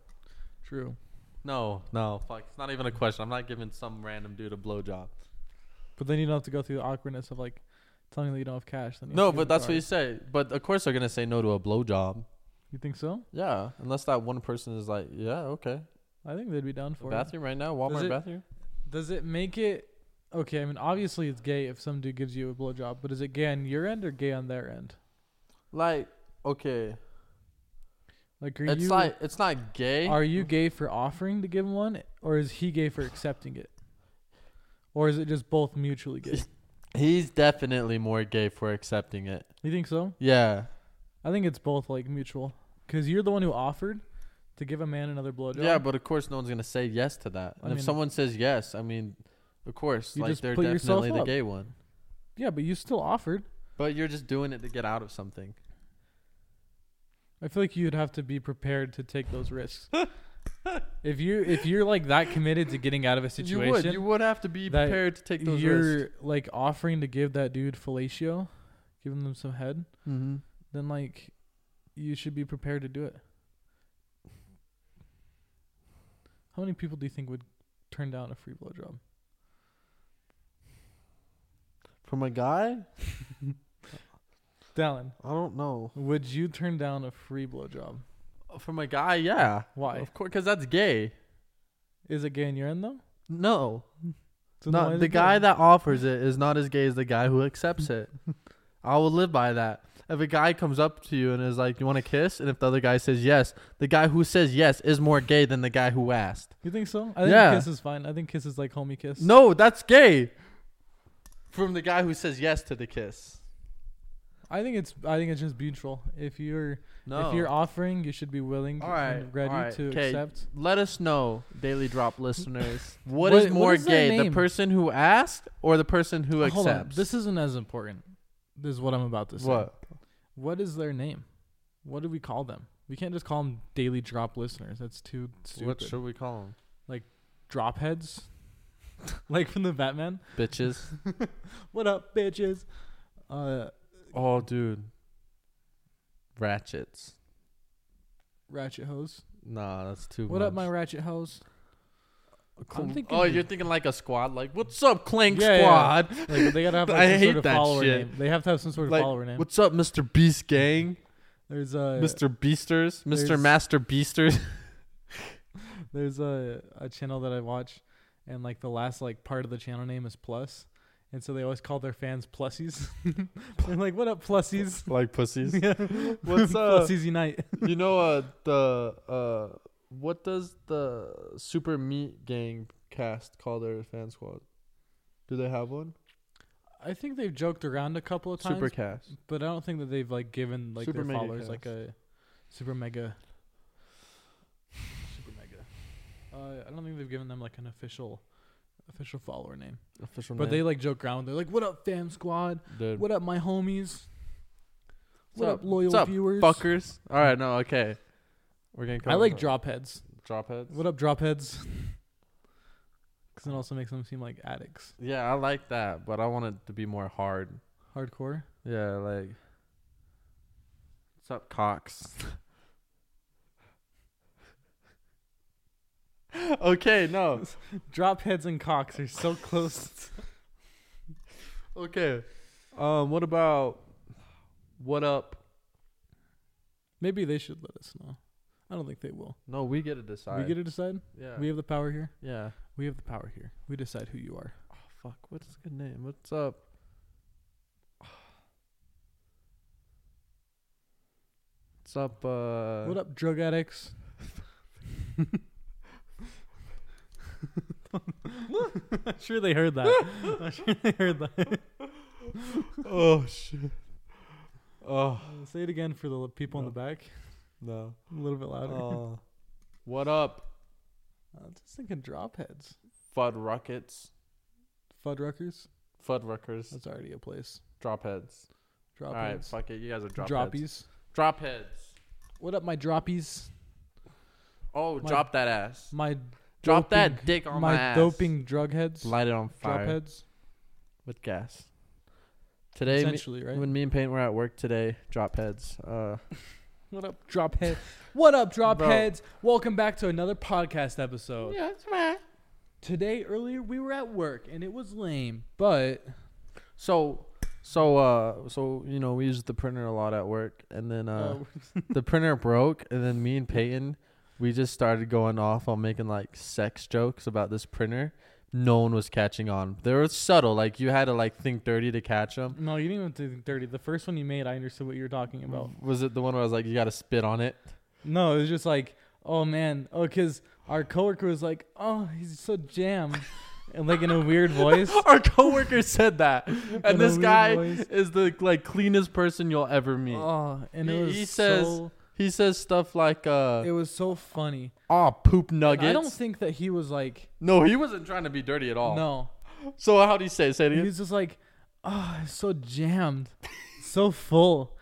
[SPEAKER 2] True.
[SPEAKER 1] No, no, fuck. It's not even a question. I'm not giving some random dude a blowjob.
[SPEAKER 2] But then you don't have to go through the awkwardness of like telling them you don't have cash. Then you
[SPEAKER 1] No,
[SPEAKER 2] have to give
[SPEAKER 1] but
[SPEAKER 2] them
[SPEAKER 1] that's what you say.
[SPEAKER 2] cards.
[SPEAKER 1] But of course they're gonna say no to a blowjob.
[SPEAKER 2] you think so?
[SPEAKER 1] Yeah, unless that one person is like, yeah, okay.
[SPEAKER 2] I think they'd be down for it.
[SPEAKER 1] bathroom right now, Walmart
[SPEAKER 2] it-
[SPEAKER 1] bathroom.
[SPEAKER 2] Does it make it okay? I mean, obviously it's gay if some dude gives you a blowjob, but is it gay on your end or gay on their end?
[SPEAKER 1] Like, okay,
[SPEAKER 2] Like, are
[SPEAKER 1] it's
[SPEAKER 2] you
[SPEAKER 1] like it's not gay.
[SPEAKER 2] are you gay for offering to give him one, or is he gay for accepting it, or is it just both mutually gay?
[SPEAKER 1] He's definitely more gay for accepting it.
[SPEAKER 2] you think so?
[SPEAKER 1] Yeah,
[SPEAKER 2] I think it's both like mutual, because you're the one who offered to give a man another blowjob.
[SPEAKER 1] Yeah, but of course no one's gonna say yes to that.
[SPEAKER 2] I
[SPEAKER 1] And if
[SPEAKER 2] mean-
[SPEAKER 1] someone says yes, I mean, of course,
[SPEAKER 2] You
[SPEAKER 1] like
[SPEAKER 2] just
[SPEAKER 1] they're
[SPEAKER 2] put yourself
[SPEAKER 1] definitely the
[SPEAKER 2] up.
[SPEAKER 1] gay one.
[SPEAKER 2] yeah, but you still offered.
[SPEAKER 1] But you're just doing it to get out of something.
[SPEAKER 2] I feel like you'd have to be prepared to take those risks. if you if you're like that committed to getting out of a situation,
[SPEAKER 1] You would. You would have to be
[SPEAKER 2] that
[SPEAKER 1] prepared to take those
[SPEAKER 2] you're
[SPEAKER 1] risks.
[SPEAKER 2] like offering to give that dude fellatio, giving them some head,
[SPEAKER 1] Mm-hmm.
[SPEAKER 2] then like you should be prepared to do it. How many people do you think would turn down a free blowjob?
[SPEAKER 1] From a guy,
[SPEAKER 2] Dallin,
[SPEAKER 1] I don't know.
[SPEAKER 2] would you turn down a free blowjob?
[SPEAKER 1] From a guy, yeah,
[SPEAKER 2] Why?
[SPEAKER 1] of course, because that's gay.
[SPEAKER 2] Is it gay in your end though?
[SPEAKER 1] No,
[SPEAKER 2] So then why
[SPEAKER 1] not
[SPEAKER 2] is
[SPEAKER 1] the
[SPEAKER 2] it gay?
[SPEAKER 1] guy that offers it is not as gay as the guy who accepts it. I will live by that.
[SPEAKER 4] if a guy comes up to you and is like, "You want to kiss?" and if the other guy says yes, the guy who says yes is more gay than the guy who asked.
[SPEAKER 2] You think so? I think
[SPEAKER 4] Yeah.
[SPEAKER 2] kiss is fine. I think kiss is like homie kiss.
[SPEAKER 4] No, that's gay. From the guy who says yes to the kiss.
[SPEAKER 2] I think it's I think it's just mutual. If you're
[SPEAKER 4] No.
[SPEAKER 2] if you're offering, you should be willing
[SPEAKER 4] All right,
[SPEAKER 2] and ready
[SPEAKER 4] all right,
[SPEAKER 2] to
[SPEAKER 4] 'kay.
[SPEAKER 2] accept.
[SPEAKER 4] Let us know, Daily Drop listeners.
[SPEAKER 2] What-
[SPEAKER 4] what is
[SPEAKER 2] what
[SPEAKER 4] more
[SPEAKER 2] is that
[SPEAKER 4] gay, the
[SPEAKER 2] name?
[SPEAKER 4] person who asked or the person who accepts?
[SPEAKER 2] Hold on. This isn't as important. This is what I'm about to say.
[SPEAKER 4] what?
[SPEAKER 2] What is their name? What do we call them? We can't just call them daily drop listeners. That's too stupid.
[SPEAKER 4] What should we call them?
[SPEAKER 2] drop heads? like from the Batman?
[SPEAKER 4] Bitches.
[SPEAKER 2] What up, bitches? Uh,
[SPEAKER 4] Oh, dude. Ratchets.
[SPEAKER 2] ratchet hose.
[SPEAKER 4] Nah, that's too.
[SPEAKER 2] What up, my
[SPEAKER 4] much.
[SPEAKER 2] ratchet hose? I'm thinking
[SPEAKER 4] Oh, you're thinking like a squad. Like, what's up, Clank
[SPEAKER 2] Yeah, yeah.
[SPEAKER 4] Squad?
[SPEAKER 2] like they gotta have like,
[SPEAKER 4] I
[SPEAKER 2] some
[SPEAKER 4] hate
[SPEAKER 2] sort of
[SPEAKER 4] that
[SPEAKER 2] follower
[SPEAKER 4] shit.
[SPEAKER 2] name. They have to have some sort of
[SPEAKER 4] Like,
[SPEAKER 2] follower name.
[SPEAKER 4] What's up, Mr. Beast Gang?
[SPEAKER 2] There's a
[SPEAKER 4] Mr. Beasters, Mr.
[SPEAKER 2] Oh, There's-
[SPEAKER 4] Master Beasters.
[SPEAKER 2] there's a a channel that I watch, and like the last like part of the channel name is Plus, and so they always call their fans Plussies. They're like, "What up, Plussies?
[SPEAKER 4] like pussies.
[SPEAKER 2] Yeah.
[SPEAKER 4] What's uh, up?
[SPEAKER 2] Plussies unite!"
[SPEAKER 4] you know uh, the uh, what does the Super Meat Gang cast call their fan squad? Do they have one?
[SPEAKER 2] I think they've joked around a couple of times,
[SPEAKER 4] Super cast.
[SPEAKER 2] but I don't think that they've like given like
[SPEAKER 4] Super
[SPEAKER 2] their
[SPEAKER 4] mega
[SPEAKER 2] followers
[SPEAKER 4] cast.
[SPEAKER 2] like a super mega. Super mega. Uh, I don't think they've given them like an official, official follower name.
[SPEAKER 4] Official
[SPEAKER 2] But they like joke around. They're like, "What up, fam squad?
[SPEAKER 4] Dude.
[SPEAKER 2] What up, my homies? What
[SPEAKER 4] up?
[SPEAKER 2] up, loyal
[SPEAKER 4] What's up,
[SPEAKER 2] viewers?
[SPEAKER 4] fuckers. All right, no, okay. We're gonna.
[SPEAKER 2] I like drop heads.
[SPEAKER 4] drop heads.
[SPEAKER 2] What up, drop heads? Because it also makes them seem like addicts,
[SPEAKER 4] Yeah, I like that, but I want it to be more hard.
[SPEAKER 2] hardcore.
[SPEAKER 4] Yeah, like. What's up, Cox? okay, no.
[SPEAKER 2] Drop heads and cocks are so close.
[SPEAKER 4] Okay. Um, what about what up?
[SPEAKER 2] Maybe they should let us know. I don't think they will.
[SPEAKER 4] No, we get to decide.
[SPEAKER 2] We get to decide.
[SPEAKER 4] yeah.
[SPEAKER 2] We have the power here.
[SPEAKER 4] yeah.
[SPEAKER 2] We have the power here. We decide who you are.
[SPEAKER 4] Oh fuck, what's a good name? What's up? What's up? Uh,
[SPEAKER 2] what up, drug addicts? I'm sure they heard that. I'm sure they heard that.
[SPEAKER 4] oh shit. Oh
[SPEAKER 2] Say it again for the li- people in the back.
[SPEAKER 4] no.
[SPEAKER 2] A little bit louder.
[SPEAKER 4] Oh. what up,
[SPEAKER 2] I was just thinking drop heads.
[SPEAKER 4] Fud Rockets?
[SPEAKER 2] Fuddruckers.
[SPEAKER 4] Fudruckers,
[SPEAKER 2] That's already a place.
[SPEAKER 4] drop heads.
[SPEAKER 2] Drop
[SPEAKER 4] All right,
[SPEAKER 2] heads.
[SPEAKER 4] fuck it. You guys are drop
[SPEAKER 2] Droppies.
[SPEAKER 4] heads. Drop heads.
[SPEAKER 2] What up, my droppies?
[SPEAKER 4] Oh,
[SPEAKER 2] My-
[SPEAKER 4] drop that ass.
[SPEAKER 2] My
[SPEAKER 4] Drop that
[SPEAKER 2] doping-
[SPEAKER 4] dick on my,
[SPEAKER 2] my,
[SPEAKER 4] ass.
[SPEAKER 2] doping drug heads.
[SPEAKER 4] Light it on
[SPEAKER 2] drop
[SPEAKER 4] fire
[SPEAKER 2] heads.
[SPEAKER 4] with gas. Today, me,
[SPEAKER 2] essentially, right?
[SPEAKER 4] when me and Payne were at work today, drop heads. Uh,
[SPEAKER 2] What up, drop head? What up, drop
[SPEAKER 4] Bro.
[SPEAKER 2] heads? Welcome back to another podcast episode.
[SPEAKER 4] yeah, that's right.
[SPEAKER 2] Today, earlier, we were at work and it was lame, but
[SPEAKER 4] So, so, uh, so you know, we used the printer a lot at work, and then
[SPEAKER 2] Oh,
[SPEAKER 4] uh, the printer broke, and then me and Peyton, we just started going off on making like sex jokes about this printer. No one was catching on. They were subtle, like you had to like think dirty to catch them.
[SPEAKER 2] no, you didn't even do dirty. The first one you made, I understood what you were talking about.
[SPEAKER 4] Was it the one where I was like, you got to spit on it?
[SPEAKER 2] No, it was just like, oh man, oh, because our coworker was like, oh, he's so jam, and like in a weird voice.
[SPEAKER 4] Our coworker said that,
[SPEAKER 2] In a
[SPEAKER 4] and this
[SPEAKER 2] weird
[SPEAKER 4] guy
[SPEAKER 2] voice.
[SPEAKER 4] is the like cleanest person you'll ever meet.
[SPEAKER 2] Oh, and
[SPEAKER 4] He-
[SPEAKER 2] it was
[SPEAKER 4] he says-
[SPEAKER 2] so,
[SPEAKER 4] He says stuff like,
[SPEAKER 2] it
[SPEAKER 4] uh,
[SPEAKER 2] was so funny.
[SPEAKER 4] "Ah, poop
[SPEAKER 2] And
[SPEAKER 4] nuggets."
[SPEAKER 2] I don't think that he was like,
[SPEAKER 4] no, he wasn't trying to be dirty at all.
[SPEAKER 2] no,
[SPEAKER 4] So how do you say? it? Say it
[SPEAKER 2] he
[SPEAKER 4] again.
[SPEAKER 2] was just like, oh, it's so jammed, so full.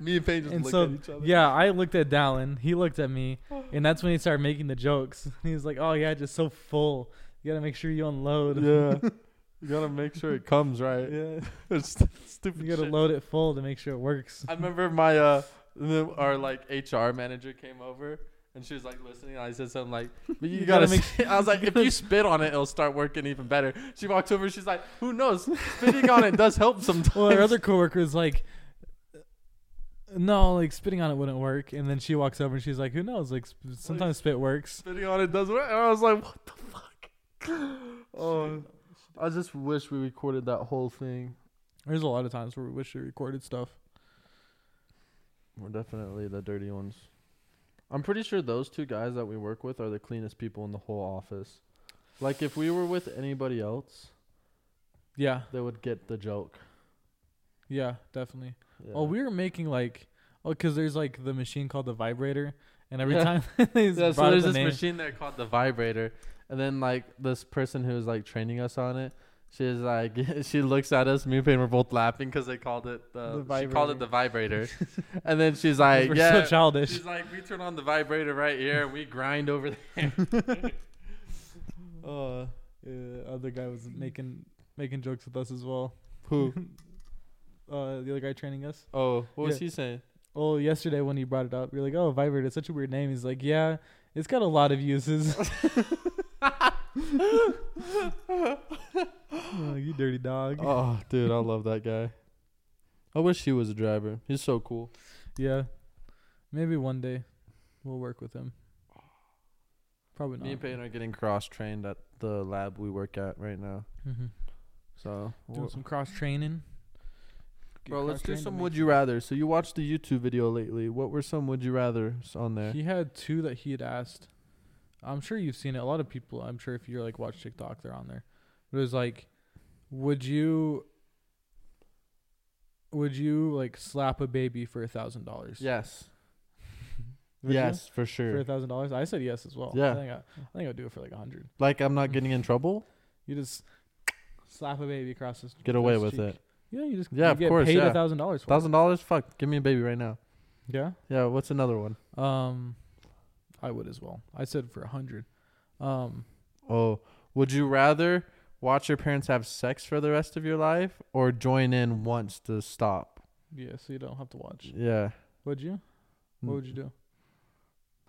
[SPEAKER 4] Me and Payne just
[SPEAKER 2] and
[SPEAKER 4] looked
[SPEAKER 2] so
[SPEAKER 4] at each other.
[SPEAKER 2] yeah, I looked at Dallin. He looked at me, and that's when he started making the jokes. He was like, "Oh yeah, just so full. You gotta make sure you unload.
[SPEAKER 4] yeah. you gotta make sure it comes right.
[SPEAKER 2] Yeah.
[SPEAKER 4] It's st- stupid.
[SPEAKER 2] you gotta
[SPEAKER 4] shit.
[SPEAKER 2] load it full to make sure it works."
[SPEAKER 4] I remember my uh, the- our like HR manager came over. And she was like listening, and I said something like, "But you,
[SPEAKER 2] You
[SPEAKER 4] gotta."
[SPEAKER 2] gotta make
[SPEAKER 4] s- I was like, "If you spit on it, it'll start working even better." She walks over. She's like, "Who knows? Spitting on it does help sometimes."
[SPEAKER 2] Well, our other coworker is like, "No, like spitting on it wouldn't work." And then she walks over and she's like, "Who knows? Like sp- sometimes spit works."
[SPEAKER 4] spitting on it does work. And I was like, "What the fuck?" Oh, I just wish we recorded that whole thing.
[SPEAKER 2] There's a lot of times where we wish we recorded stuff.
[SPEAKER 4] We're definitely the dirty ones. I'm pretty sure those two guys that we work with are the cleanest people in the whole office. Like if we were with anybody else,
[SPEAKER 2] Yeah,
[SPEAKER 4] they would get the joke.
[SPEAKER 2] yeah, definitely.
[SPEAKER 4] Yeah.
[SPEAKER 2] Oh, we were making like, oh, because there's like the machine called the vibrator, and every
[SPEAKER 4] Yeah.
[SPEAKER 2] time they
[SPEAKER 4] yeah,
[SPEAKER 2] yeah,
[SPEAKER 4] so there's
[SPEAKER 2] the
[SPEAKER 4] this
[SPEAKER 2] name.
[SPEAKER 4] machine there called the vibrator, and then like this person who was like training us on it, she's like, she looks at us. Me and Payne were both laughing because they called it the,
[SPEAKER 2] The
[SPEAKER 4] she called
[SPEAKER 2] vibrator.
[SPEAKER 4] it the vibrator, and then she's like,
[SPEAKER 2] we're
[SPEAKER 4] yeah,
[SPEAKER 2] so childish.
[SPEAKER 4] she's like, we turn on the vibrator right here, and we grind over there.
[SPEAKER 2] Uh, yeah, other guy was making making jokes with us as well.
[SPEAKER 4] Who?
[SPEAKER 2] Uh, the other guy training us.
[SPEAKER 4] Oh, what was
[SPEAKER 2] Yeah.
[SPEAKER 4] he saying?
[SPEAKER 2] Oh, yesterday when he brought it up, we were like, "Oh, vibrator, it's such a weird name." He's like, "Yeah, it's got a lot of uses." Oh, you dirty dog.
[SPEAKER 4] Oh, dude, I love that guy. I wish he was a driver. He's so cool.
[SPEAKER 2] Yeah, maybe one day we'll work with him. Probably not.
[SPEAKER 4] Me and Payne are getting cross trained at the lab we work at right now.
[SPEAKER 2] Mhm.
[SPEAKER 4] So
[SPEAKER 2] Doing some cross training.
[SPEAKER 4] Bro, let's do some would you rather. So you watched the YouTube video lately. What were some would you rather's on there?
[SPEAKER 2] He had two that he had asked. I'm sure you've seen it. A lot of people, I'm sure, if you're like watch TikTok, they're on there. But it was like, would you, would you like slap a baby for a thousand dollars?
[SPEAKER 4] Yes.
[SPEAKER 2] Would you?
[SPEAKER 4] yes, for
[SPEAKER 2] For
[SPEAKER 4] sure.
[SPEAKER 2] a thousand dollars, I said yes as well.
[SPEAKER 4] Yeah.
[SPEAKER 2] I think I, I think I'd do it for like a hundred.
[SPEAKER 4] like I'm not getting in trouble.
[SPEAKER 2] You just slap a baby across his
[SPEAKER 4] Get away
[SPEAKER 2] across
[SPEAKER 4] with
[SPEAKER 2] his cheek.
[SPEAKER 4] it.
[SPEAKER 2] Yeah, you just
[SPEAKER 4] Yeah,
[SPEAKER 2] you
[SPEAKER 4] of
[SPEAKER 2] get
[SPEAKER 4] course,
[SPEAKER 2] paid
[SPEAKER 4] yeah.
[SPEAKER 2] a thousand dollars. for it.
[SPEAKER 4] Thousand dollars? Fuck. Give me a baby right now.
[SPEAKER 2] Yeah.
[SPEAKER 4] Yeah. What's another one?
[SPEAKER 2] Um, I would as well. I said for a hundred. Um,
[SPEAKER 4] Oh, would you rather watch your parents have sex for the rest of your life or join in once to stop?
[SPEAKER 2] yeah, so you don't have to watch.
[SPEAKER 4] Yeah.
[SPEAKER 2] Would you? What would you do?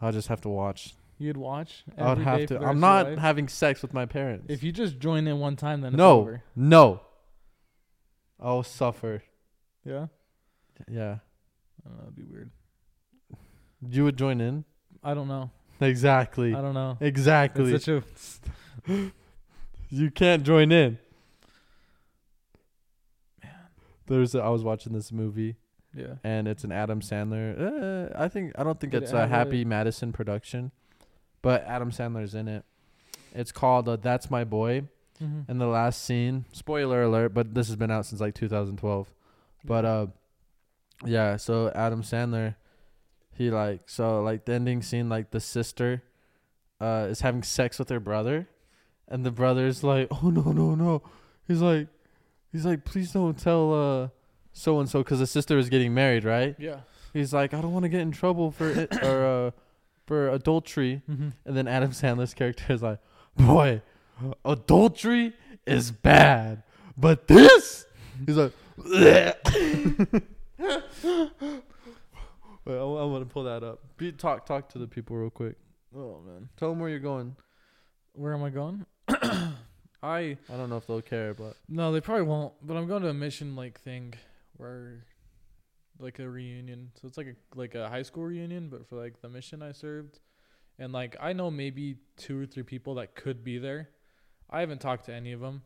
[SPEAKER 4] I'll just have to watch.
[SPEAKER 2] You'd watch.
[SPEAKER 4] I would
[SPEAKER 2] every
[SPEAKER 4] have
[SPEAKER 2] day for the
[SPEAKER 4] to. I'm
[SPEAKER 2] rest of
[SPEAKER 4] not
[SPEAKER 2] your life?
[SPEAKER 4] having sex with my parents.
[SPEAKER 2] If you just join in one time, then
[SPEAKER 4] no,
[SPEAKER 2] It's over.
[SPEAKER 4] no. I'll suffer.
[SPEAKER 2] Yeah.
[SPEAKER 4] Yeah.
[SPEAKER 2] I don't know. It'd be weird.
[SPEAKER 4] You would join in?
[SPEAKER 2] I don't know. I
[SPEAKER 4] Exactly.
[SPEAKER 2] don't know. It's
[SPEAKER 4] Exactly.
[SPEAKER 2] such a.
[SPEAKER 4] you can't join in. There's a, I was watching this movie
[SPEAKER 2] Yeah.
[SPEAKER 4] and it's an Adam Sandler. Uh, I think I don't think
[SPEAKER 2] Did it
[SPEAKER 4] it's a
[SPEAKER 2] have a-
[SPEAKER 4] Happy Madison production, but Adam Sandler's in it. It's called uh, "That's My Boy,"
[SPEAKER 2] Mhm.
[SPEAKER 4] and the last scene. Spoiler alert! But this has been out since like 2012. But uh, yeah. So Adam Sandler, he like so like the ending scene like the sister, uh, is having sex with her brother, and the brother's like, oh no no no, he's like, he's like, please don't tell uh, so and so because the sister is getting married, right?
[SPEAKER 2] Yeah.
[SPEAKER 4] He's like, I don't want to get in trouble for it or uh, for adultery.
[SPEAKER 2] Mm-hmm.
[SPEAKER 4] And then Adam Sandler's character is like, boy, adultery is bad, but this, he's like, Wait, I, want to pull that up. Be, talk, talk to the people real quick.
[SPEAKER 2] Oh man.
[SPEAKER 4] Tell them where you're going.
[SPEAKER 2] Where am I going? I
[SPEAKER 4] I don't know if they'll care, but
[SPEAKER 2] no, they probably won't. But I'm going to a mission like thing, where, like a reunion. So it's like a like a high school reunion, but for like the mission I served, and like I know maybe two or three people that could be there. I haven't talked to any of them,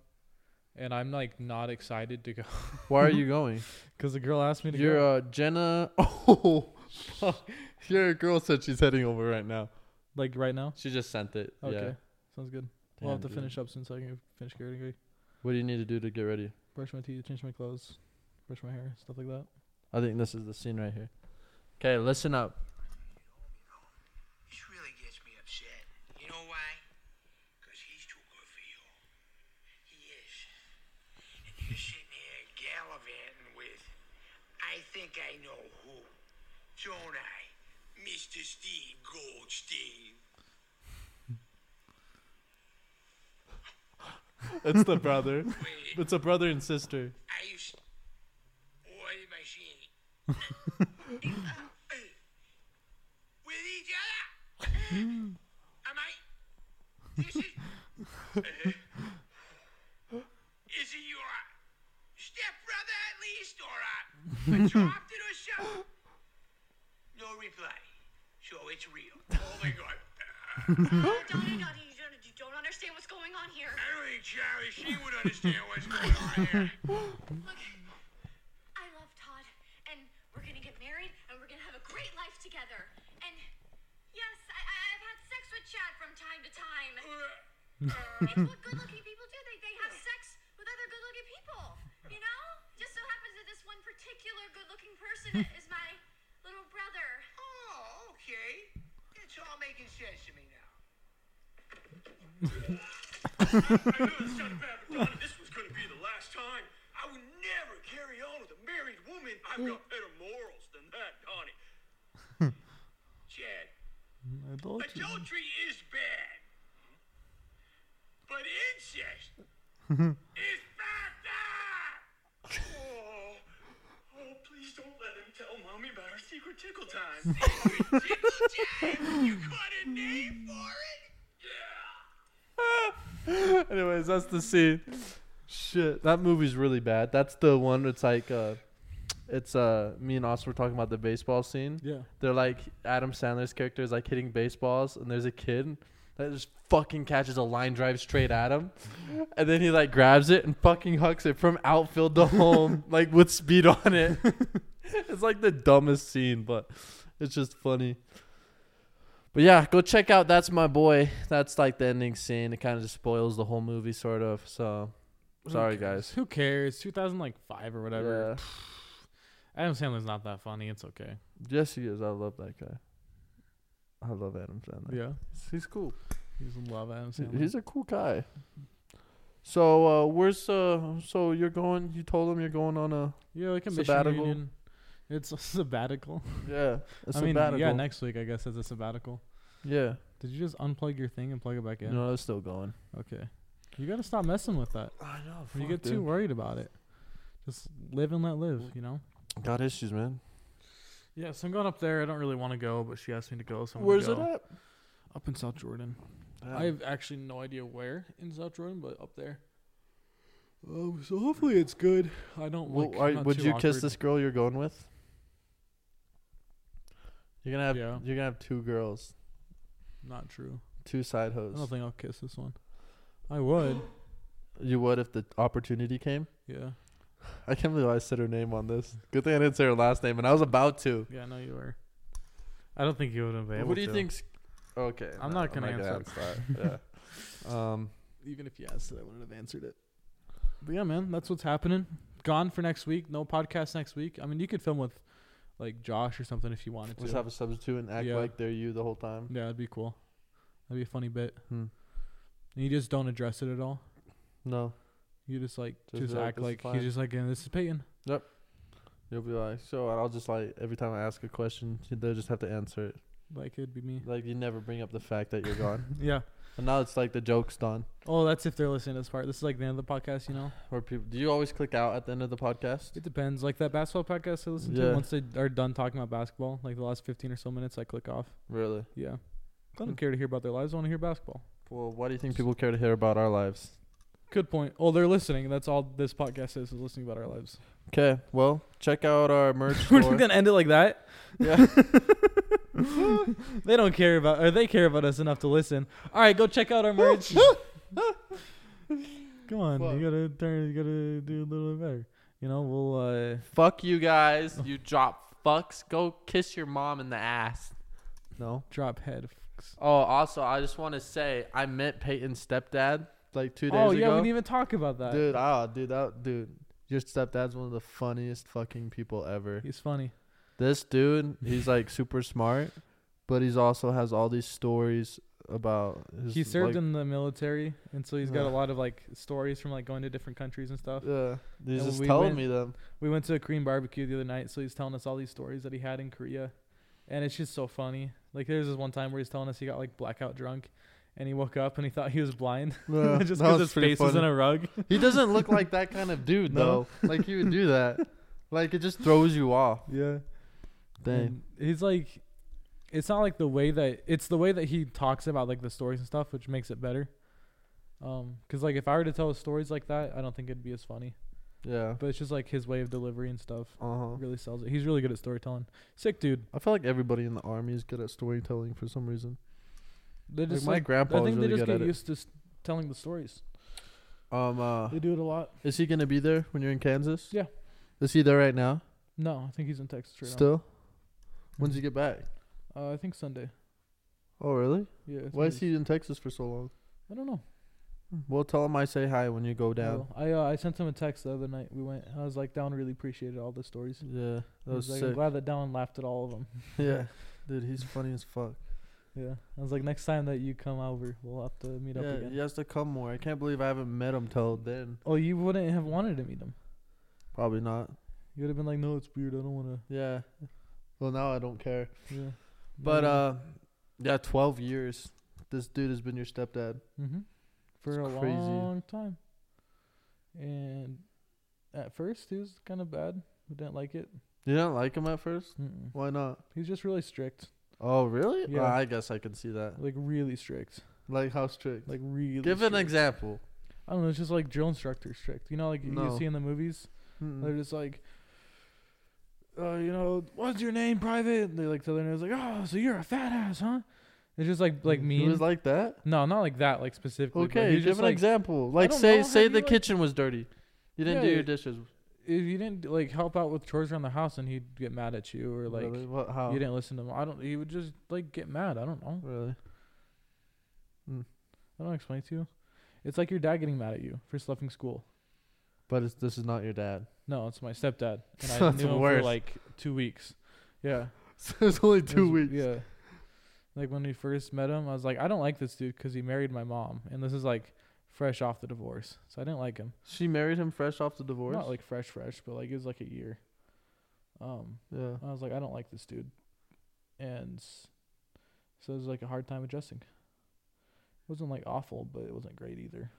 [SPEAKER 2] and I'm like not excited to go
[SPEAKER 4] why are you going?
[SPEAKER 2] because the girl asked me to
[SPEAKER 4] You're
[SPEAKER 2] go.
[SPEAKER 4] uh, Jenna. Oh, fuck. your girl said she's heading over right now.
[SPEAKER 2] like right now.
[SPEAKER 4] She just sent it.
[SPEAKER 2] Okay,
[SPEAKER 4] Yeah.
[SPEAKER 2] sounds good. we'll have to
[SPEAKER 4] Damn, dude.
[SPEAKER 2] finish up since I can finish getting
[SPEAKER 4] What do you need to do to get ready?
[SPEAKER 2] brush my teeth, change my clothes, brush my hair, stuff like that.
[SPEAKER 4] I think this is the scene right here. Okay, listen up.
[SPEAKER 3] This really gets me upset. You know why? Because he's too good for you. He is. And you're sitting here gallivanting with, I think I know who. Don't I? Mr. Steve Goldstein.
[SPEAKER 4] It's the brother.
[SPEAKER 3] Wait,
[SPEAKER 4] It's a brother and sister.
[SPEAKER 3] I used. What am I seeing? with each other? Am I? This is. is he your stepbrother at least, or uh, adopted or something? No reply. So it's real. Oh my god.
[SPEAKER 5] Oh, Donnie, Donnie, you don't, you don't understand what's going on here.
[SPEAKER 3] I don't think Charlie, she would understand what's going on here.
[SPEAKER 5] Look, I love Todd, and we're gonna get married, and we're gonna have a
[SPEAKER 3] Uh,
[SPEAKER 5] That's what good-looking people do. They, they have sex with other good-looking people. You know? Just so happens that this one particular good-looking person is my little brother.
[SPEAKER 6] Oh, okay. It's all making sense to me now.
[SPEAKER 3] I know this sounded bad, but Donna, this was gonna be the last time. I would never carry on with a married woman. I've got better morals than that, Donnie.
[SPEAKER 6] Chad,
[SPEAKER 7] Adultery.
[SPEAKER 6] adultery is bad. But incest is better!
[SPEAKER 3] Oh, oh, please don't let him tell mommy about our secret tickle time. Secret tickle time? You got a name for it? Yeah.
[SPEAKER 4] Anyways, that's the scene. Shit, that movie's really bad. That's the one. It's like, uh, it's uh, me and Austin were talking about the baseball scene.
[SPEAKER 2] Yeah.
[SPEAKER 4] They're like Adam Sandler's character is like hitting baseballs, and there's a kid that just fucking catches a line drive straight at him, and then he like grabs it and fucking hucks it from outfield to home, like with speed on it. it's like the dumbest scene, but it's just funny. But yeah, go check out That's My Boy. That's like the ending scene. It kind of just spoils the whole movie, sort of. So sorry, guys.
[SPEAKER 2] Who cares? 2005 or whatever.
[SPEAKER 4] Yeah.
[SPEAKER 2] Adam Sandler's not that funny. It's okay.
[SPEAKER 4] Jesse is. I love that guy. I love Adam Sandler.
[SPEAKER 2] Yeah.
[SPEAKER 4] He's cool.
[SPEAKER 2] He's in love, Adam
[SPEAKER 4] He-
[SPEAKER 2] Sandler.
[SPEAKER 4] He's a cool guy. So uh, where's uh? So you're going? You told him you're going on a
[SPEAKER 2] yeah, like a mission
[SPEAKER 4] sabbatical.
[SPEAKER 2] reunion. It's a sabbatical.
[SPEAKER 4] yeah a
[SPEAKER 2] I mean, yeah,
[SPEAKER 4] sabbatical.
[SPEAKER 2] next week I guess as a sabbatical.
[SPEAKER 4] yeah.
[SPEAKER 2] Did you just unplug your thing and plug it back in?
[SPEAKER 4] No, it's still going.
[SPEAKER 2] Okay. You gotta stop messing with that.
[SPEAKER 4] I know.
[SPEAKER 2] When you get too worried about it, just live and let live. You know.
[SPEAKER 4] got issues, man.
[SPEAKER 2] Yeah, so I'm going up there. I don't really want to go, but she asked me to go. So I'm
[SPEAKER 4] Where's it
[SPEAKER 2] gonna go.
[SPEAKER 4] at?
[SPEAKER 2] Up in South Jordan. I have actually no idea where in South Jordan, but up there. Oh, so hopefully it's good. I don't.
[SPEAKER 4] Well,
[SPEAKER 2] like,
[SPEAKER 4] are-
[SPEAKER 2] I'm not
[SPEAKER 4] would
[SPEAKER 2] too
[SPEAKER 4] you kiss
[SPEAKER 2] awkward.
[SPEAKER 4] this girl you're going with? You're gonna have
[SPEAKER 2] Yeah.
[SPEAKER 4] you're gonna have two girls,
[SPEAKER 2] Not true.
[SPEAKER 4] two side
[SPEAKER 2] I don't
[SPEAKER 4] hoes.
[SPEAKER 2] think I'll kiss this one. I would.
[SPEAKER 4] You would if the opportunity came.
[SPEAKER 2] yeah.
[SPEAKER 4] I can't believe I said her name on this. Good thing I didn't say her last name, and I was about to.
[SPEAKER 2] Yeah, I know you were. I don't think you would have been able
[SPEAKER 4] What do you
[SPEAKER 2] to.
[SPEAKER 4] think's Okay,
[SPEAKER 2] I'm not gonna answer
[SPEAKER 4] that. yeah. Um.
[SPEAKER 2] Even if you asked it, I wouldn't have answered it. But yeah, man, that's what's happening. Gone for next week. No podcast next week. I mean, you could film with like Josh or something if you wanted to.
[SPEAKER 4] Just have a substitute and act
[SPEAKER 2] Yeah.
[SPEAKER 4] like they're you the whole time.
[SPEAKER 2] yeah, that'd be cool. That'd be a funny bit.
[SPEAKER 4] Hmm.
[SPEAKER 2] And you just don't address it at all.
[SPEAKER 4] No,
[SPEAKER 2] You just like
[SPEAKER 4] Just
[SPEAKER 2] just,
[SPEAKER 4] be like,
[SPEAKER 2] act
[SPEAKER 4] "This is
[SPEAKER 2] like
[SPEAKER 4] fine."
[SPEAKER 2] he's just like, and this is Peyton.
[SPEAKER 4] you'll be like, so I'll just like every time I ask a question, they'll just have to answer it.
[SPEAKER 2] Like it'd be me.
[SPEAKER 4] Like you never bring up the fact that you're gone,
[SPEAKER 2] Yeah.
[SPEAKER 4] and now it's like the joke's done.
[SPEAKER 2] Oh, that's if they're listening to this part. This is like the end of the podcast, you know.
[SPEAKER 4] Or people, do you always click out at the end of the podcast?
[SPEAKER 2] It depends. Like that basketball podcast I listen
[SPEAKER 4] Yeah.
[SPEAKER 2] to. Once they are done talking about basketball, like the last fifteen or so minutes, I click off.
[SPEAKER 4] Really?
[SPEAKER 2] Yeah. I don't care to hear about their lives. I want to hear basketball.
[SPEAKER 4] Well, why do you think people care to hear about our lives?
[SPEAKER 2] Good point. Oh, they're listening. That's all this podcast is: is listening about our lives.
[SPEAKER 4] Okay, well, check out our merch store.
[SPEAKER 2] end it like that.
[SPEAKER 4] yeah.
[SPEAKER 2] They don't care about, or they care about us enough to listen. All right, go check out our merch. Come on, you gotta turn. You gotta do a little bit better. You know, we'll. uh
[SPEAKER 4] Fuck you guys, you drop fucks. Go kiss your mom in the ass. No.
[SPEAKER 2] drop head.
[SPEAKER 4] Oh, also, I just want to say I met Peyton's stepdad like two days
[SPEAKER 2] Oh
[SPEAKER 4] ago.
[SPEAKER 2] yeah, we didn't even talk about that.
[SPEAKER 4] dude, ah, dude, that dude, your stepdad's one of the funniest fucking people ever.
[SPEAKER 2] He's funny.
[SPEAKER 4] This dude, he's like super smart, but he's also has all these stories about. His,
[SPEAKER 2] He served
[SPEAKER 4] like,
[SPEAKER 2] in the military, and so he's got
[SPEAKER 4] Yeah.
[SPEAKER 2] a lot of like stories from like going to different countries and stuff.
[SPEAKER 4] Yeah, he's
[SPEAKER 2] and
[SPEAKER 4] just
[SPEAKER 2] we
[SPEAKER 4] telling
[SPEAKER 2] went-
[SPEAKER 4] me them.
[SPEAKER 2] We went to a Korean barbecue the other night, so he's telling us all these stories that he had in Korea, and it's just so funny. Like there's this one time where he's telling us he got like blackout drunk, and he woke up and he thought he was blind
[SPEAKER 4] Yeah,
[SPEAKER 2] just
[SPEAKER 4] that
[SPEAKER 2] because
[SPEAKER 4] was
[SPEAKER 2] his
[SPEAKER 4] pretty
[SPEAKER 2] face was in
[SPEAKER 4] funny.
[SPEAKER 2] a rug.
[SPEAKER 4] He doesn't look like that kind of dude
[SPEAKER 2] No.
[SPEAKER 4] though. Like he would do that. Like it just throws you off.
[SPEAKER 2] yeah.
[SPEAKER 4] Dang.
[SPEAKER 2] And he's like, it's not like the way that it's the way that he talks about like the stories and stuff, which makes it better. Um, cause like if I were to tell stories like that, I don't think it'd be as funny.
[SPEAKER 4] Yeah.
[SPEAKER 2] But it's just like his way of delivery and stuff
[SPEAKER 4] Uh huh.
[SPEAKER 2] really sells it. He's really good at storytelling. Sick dude.
[SPEAKER 4] I feel like everybody in the army is good at storytelling for some reason.
[SPEAKER 2] They
[SPEAKER 4] Like,
[SPEAKER 2] just
[SPEAKER 4] my
[SPEAKER 2] like,
[SPEAKER 4] grandpa
[SPEAKER 2] I
[SPEAKER 4] was
[SPEAKER 2] think
[SPEAKER 4] really
[SPEAKER 2] they just
[SPEAKER 4] good
[SPEAKER 2] get
[SPEAKER 4] at it.
[SPEAKER 2] used to s- telling the stories.
[SPEAKER 4] Um, uh,
[SPEAKER 2] They do it a lot.
[SPEAKER 4] is he gonna be there when you're in Kansas?
[SPEAKER 2] Yeah.
[SPEAKER 4] Is he there right now?
[SPEAKER 2] No, I think he's in Texas right
[SPEAKER 4] Still? When's he get back?
[SPEAKER 2] now. Uh, I think Sunday.
[SPEAKER 4] Oh, really?
[SPEAKER 2] Yeah. I think
[SPEAKER 4] Why
[SPEAKER 2] it
[SPEAKER 4] is he in Texas for so long?
[SPEAKER 2] I don't know.
[SPEAKER 4] We'll tell him I say hi when you go down.
[SPEAKER 2] Well, I uh, I sent him a text the other night. We went. I was like, Down really appreciated all the stories.
[SPEAKER 4] Yeah, that
[SPEAKER 2] I
[SPEAKER 4] was
[SPEAKER 2] was like, I'm
[SPEAKER 4] sick.
[SPEAKER 2] glad that Down laughed at all of them.
[SPEAKER 4] Yeah, dude, he's funny as fuck.
[SPEAKER 2] Yeah. I was like, next time that you come over, we'll have to meet up
[SPEAKER 4] Yeah,
[SPEAKER 2] again.
[SPEAKER 4] he has to come more. I can't believe I haven't met him till then.
[SPEAKER 2] Oh, you wouldn't have wanted to meet him.
[SPEAKER 4] Probably not.
[SPEAKER 2] You would have been like, no, it's weird. I don't want
[SPEAKER 4] Yeah. Well, now I don't care.
[SPEAKER 2] to. Yeah.
[SPEAKER 4] But uh,
[SPEAKER 2] Mm-hmm.
[SPEAKER 4] yeah, twelve years. This dude has been your stepdad.
[SPEAKER 2] hmm for a
[SPEAKER 4] crazy.
[SPEAKER 2] long time. And at first, he was kind of bad. We didn't like it.
[SPEAKER 4] You didn't like him at first.
[SPEAKER 2] Mm-mm.
[SPEAKER 4] Why not?
[SPEAKER 2] He's just really strict,
[SPEAKER 4] Oh, really?
[SPEAKER 2] Yeah.
[SPEAKER 4] Yeah. I guess I can see that.
[SPEAKER 2] like really strict,
[SPEAKER 4] Like how strict?
[SPEAKER 2] like really.
[SPEAKER 4] Give an
[SPEAKER 2] strict.
[SPEAKER 4] example.
[SPEAKER 2] I don't know. It's just like drill instructor strict. You know, like you
[SPEAKER 4] No. Mm.
[SPEAKER 2] see in the movies, they're
[SPEAKER 4] Mm-mm.
[SPEAKER 2] just like. Uh, you know, what's your name, private? And they like tell their name, like, oh, so you're a fat ass, huh? It's just like like
[SPEAKER 4] He
[SPEAKER 2] mean.
[SPEAKER 4] was like that.
[SPEAKER 2] no, not like that, like specifically. but
[SPEAKER 4] Okay,
[SPEAKER 2] he's
[SPEAKER 4] give
[SPEAKER 2] just
[SPEAKER 4] an
[SPEAKER 2] like,
[SPEAKER 4] example. Like
[SPEAKER 2] don't
[SPEAKER 4] say
[SPEAKER 2] know,
[SPEAKER 4] say
[SPEAKER 2] have
[SPEAKER 4] the
[SPEAKER 2] you, like-
[SPEAKER 4] kitchen was dirty. You didn't do
[SPEAKER 2] Yeah,
[SPEAKER 4] your dishes.
[SPEAKER 2] If you didn't like help out with chores around the house, and he'd get mad at you, or like
[SPEAKER 4] really? What, how?
[SPEAKER 2] You didn't listen to him. I don't. He would just like get mad. I don't know.
[SPEAKER 4] really?
[SPEAKER 2] I don't explain to you. It's like your dad getting mad at you for sloughing school.
[SPEAKER 4] But it's, this is not your dad.
[SPEAKER 2] No, it's my stepdad, and I
[SPEAKER 4] That's
[SPEAKER 2] knew him for
[SPEAKER 4] worse.
[SPEAKER 2] like two weeks. Yeah,
[SPEAKER 4] so it's only
[SPEAKER 2] it
[SPEAKER 4] two
[SPEAKER 2] was-
[SPEAKER 4] weeks.
[SPEAKER 2] Yeah, like when we first met him, I was like, I don't like this dude because he married my mom, and this is like fresh off the divorce, so I didn't like him.
[SPEAKER 4] She married him fresh off the divorce.
[SPEAKER 2] Not like fresh, fresh, but like it was like a year. Um,
[SPEAKER 4] yeah.
[SPEAKER 2] I was like, I don't like this dude, and s- so it was like a hard time adjusting. It wasn't like awful, but it wasn't great either.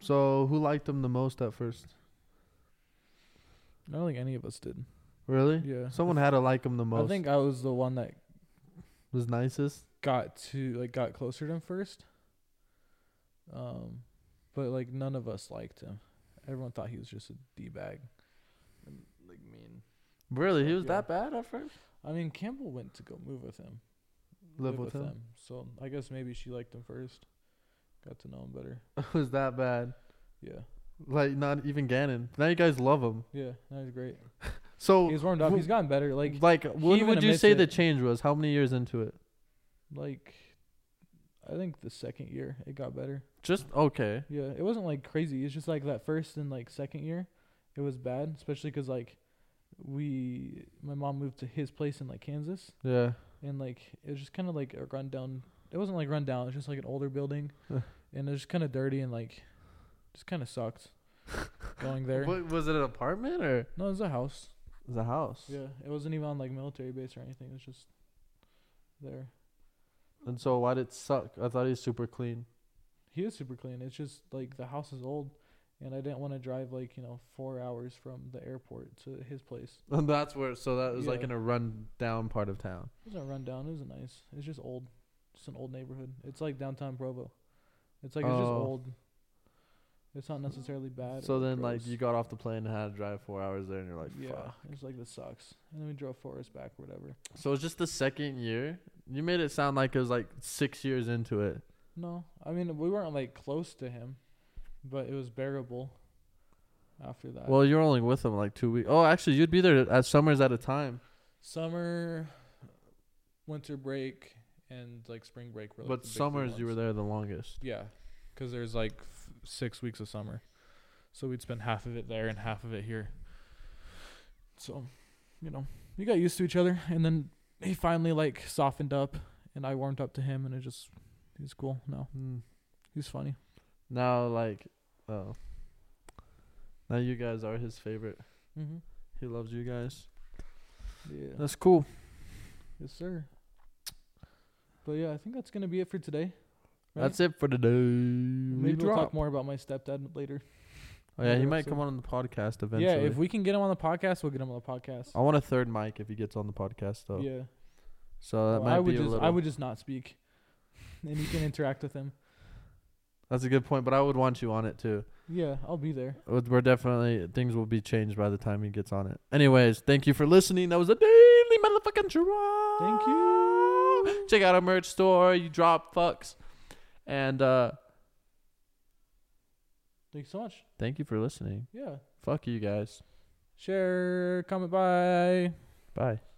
[SPEAKER 4] So who liked him the most at first?
[SPEAKER 2] I don't think any of us did.
[SPEAKER 4] Really?
[SPEAKER 2] Yeah.
[SPEAKER 4] Someone had to like him the most.
[SPEAKER 2] I think I was the one that
[SPEAKER 4] was nicest.
[SPEAKER 2] got to like got closer to him first. Um, but like none of us liked him. Everyone thought he was just a d bag, and like mean.
[SPEAKER 4] Really, he was
[SPEAKER 2] Yeah.
[SPEAKER 4] that bad at first.
[SPEAKER 2] I mean, Campbell went to go move with him.
[SPEAKER 4] Live, with, him.
[SPEAKER 2] So I guess maybe she liked him first. Got to know him better.
[SPEAKER 4] was that bad?
[SPEAKER 2] Yeah.
[SPEAKER 4] Like not even Gannon. Now you guys love him.
[SPEAKER 2] Yeah. That was great.
[SPEAKER 4] So
[SPEAKER 2] He's warmed up.
[SPEAKER 4] wh-
[SPEAKER 2] He's gotten better. Like
[SPEAKER 4] like what
[SPEAKER 2] even
[SPEAKER 4] would you
[SPEAKER 2] admits
[SPEAKER 4] say
[SPEAKER 2] it.
[SPEAKER 4] the change was? How many years into it?
[SPEAKER 2] like, I think the second year it got better.
[SPEAKER 4] Just okay.
[SPEAKER 2] Yeah, it wasn't like crazy. It's just like that first and like second year, it was bad, especially 'cause like we, my mom moved to his place in like Kansas,
[SPEAKER 4] Yeah.
[SPEAKER 2] and like it was just kind of like a rundown. It wasn't like rundown. It was just like an older building,
[SPEAKER 4] Huh.
[SPEAKER 2] and it was just kind of dirty and like, just kind of sucked going there.
[SPEAKER 4] What, was it an apartment or?
[SPEAKER 2] No, it was a house.
[SPEAKER 4] It was a house.
[SPEAKER 2] Yeah, it wasn't even on like military base or anything. It was just there.
[SPEAKER 4] And so why did it suck? I thought he was super clean.
[SPEAKER 2] He is super clean. It's just like the house is old, and I didn't want to drive like you know four hours from the airport to his place.
[SPEAKER 4] And that's where. So that was like
[SPEAKER 2] Yeah.
[SPEAKER 4] in a run down part of town.
[SPEAKER 2] It wasn't run down. It was nice. It's just old. Just an old neighborhood. It's like downtown Provo. It's like it's just
[SPEAKER 4] Oh.
[SPEAKER 2] old. It's not necessarily bad.
[SPEAKER 4] So
[SPEAKER 2] or
[SPEAKER 4] then like
[SPEAKER 2] gross.
[SPEAKER 4] you got off the plane and had to drive four hours there, and you're like,
[SPEAKER 2] yeah,
[SPEAKER 4] fuck.
[SPEAKER 2] it's like this sucks. And then we drove four hours back, or whatever.
[SPEAKER 4] So it's just the second year. You made it sound like it was like six years into it.
[SPEAKER 2] No, I mean we weren't like close to him, but it was bearable. After that,
[SPEAKER 4] Well, you're only with him like two weeks. Oh, actually, you'd be there at summers at a time.
[SPEAKER 2] summer, winter break, and like spring break were like
[SPEAKER 4] but
[SPEAKER 2] the big three
[SPEAKER 4] summers you were
[SPEAKER 2] months.
[SPEAKER 4] there the longest.
[SPEAKER 2] Yeah, because there's like f- six weeks of summer, so we'd spend half of it there and half of it here. So, you know, we got used to each other, and then he finally like softened up, and I warmed up to him, and it just he's cool now. He's funny.
[SPEAKER 4] Hmm. Now like, oh. Now you guys are his favorite.
[SPEAKER 2] Mm-hmm.
[SPEAKER 4] He loves you guys.
[SPEAKER 2] Yeah.
[SPEAKER 4] That's cool.
[SPEAKER 2] yes, sir. But yeah, I think that's gonna be it for today. right?
[SPEAKER 4] That's it for today.
[SPEAKER 2] Maybe we'll talk more about my stepdad later.
[SPEAKER 4] Oh yeah, he
[SPEAKER 2] another
[SPEAKER 4] might
[SPEAKER 2] episode.
[SPEAKER 4] come on the podcast eventually.
[SPEAKER 2] Yeah, if we can get him on the podcast, we'll get him on the podcast.
[SPEAKER 4] I want a third mic if he gets on the podcast though.
[SPEAKER 2] Yeah.
[SPEAKER 4] So
[SPEAKER 2] Well,
[SPEAKER 4] that Oh, might
[SPEAKER 2] I would
[SPEAKER 4] be
[SPEAKER 2] just
[SPEAKER 4] a little.
[SPEAKER 2] I would just not speak, and you can interact with him.
[SPEAKER 4] That's a good point, but I would want you on it too.
[SPEAKER 2] Yeah, I'll be there.
[SPEAKER 4] Uh, We're definitely things will be changed by the time he gets on it. Anyways, thank you for listening. That was a daily motherfucking draw.
[SPEAKER 2] Thank
[SPEAKER 4] you. Check out our merch store. You drop fucks, and uh
[SPEAKER 2] Thanks so much.
[SPEAKER 4] thank you for listening.
[SPEAKER 2] Yeah.
[SPEAKER 4] Fuck you guys.
[SPEAKER 2] Share, comment, bye.
[SPEAKER 4] Bye.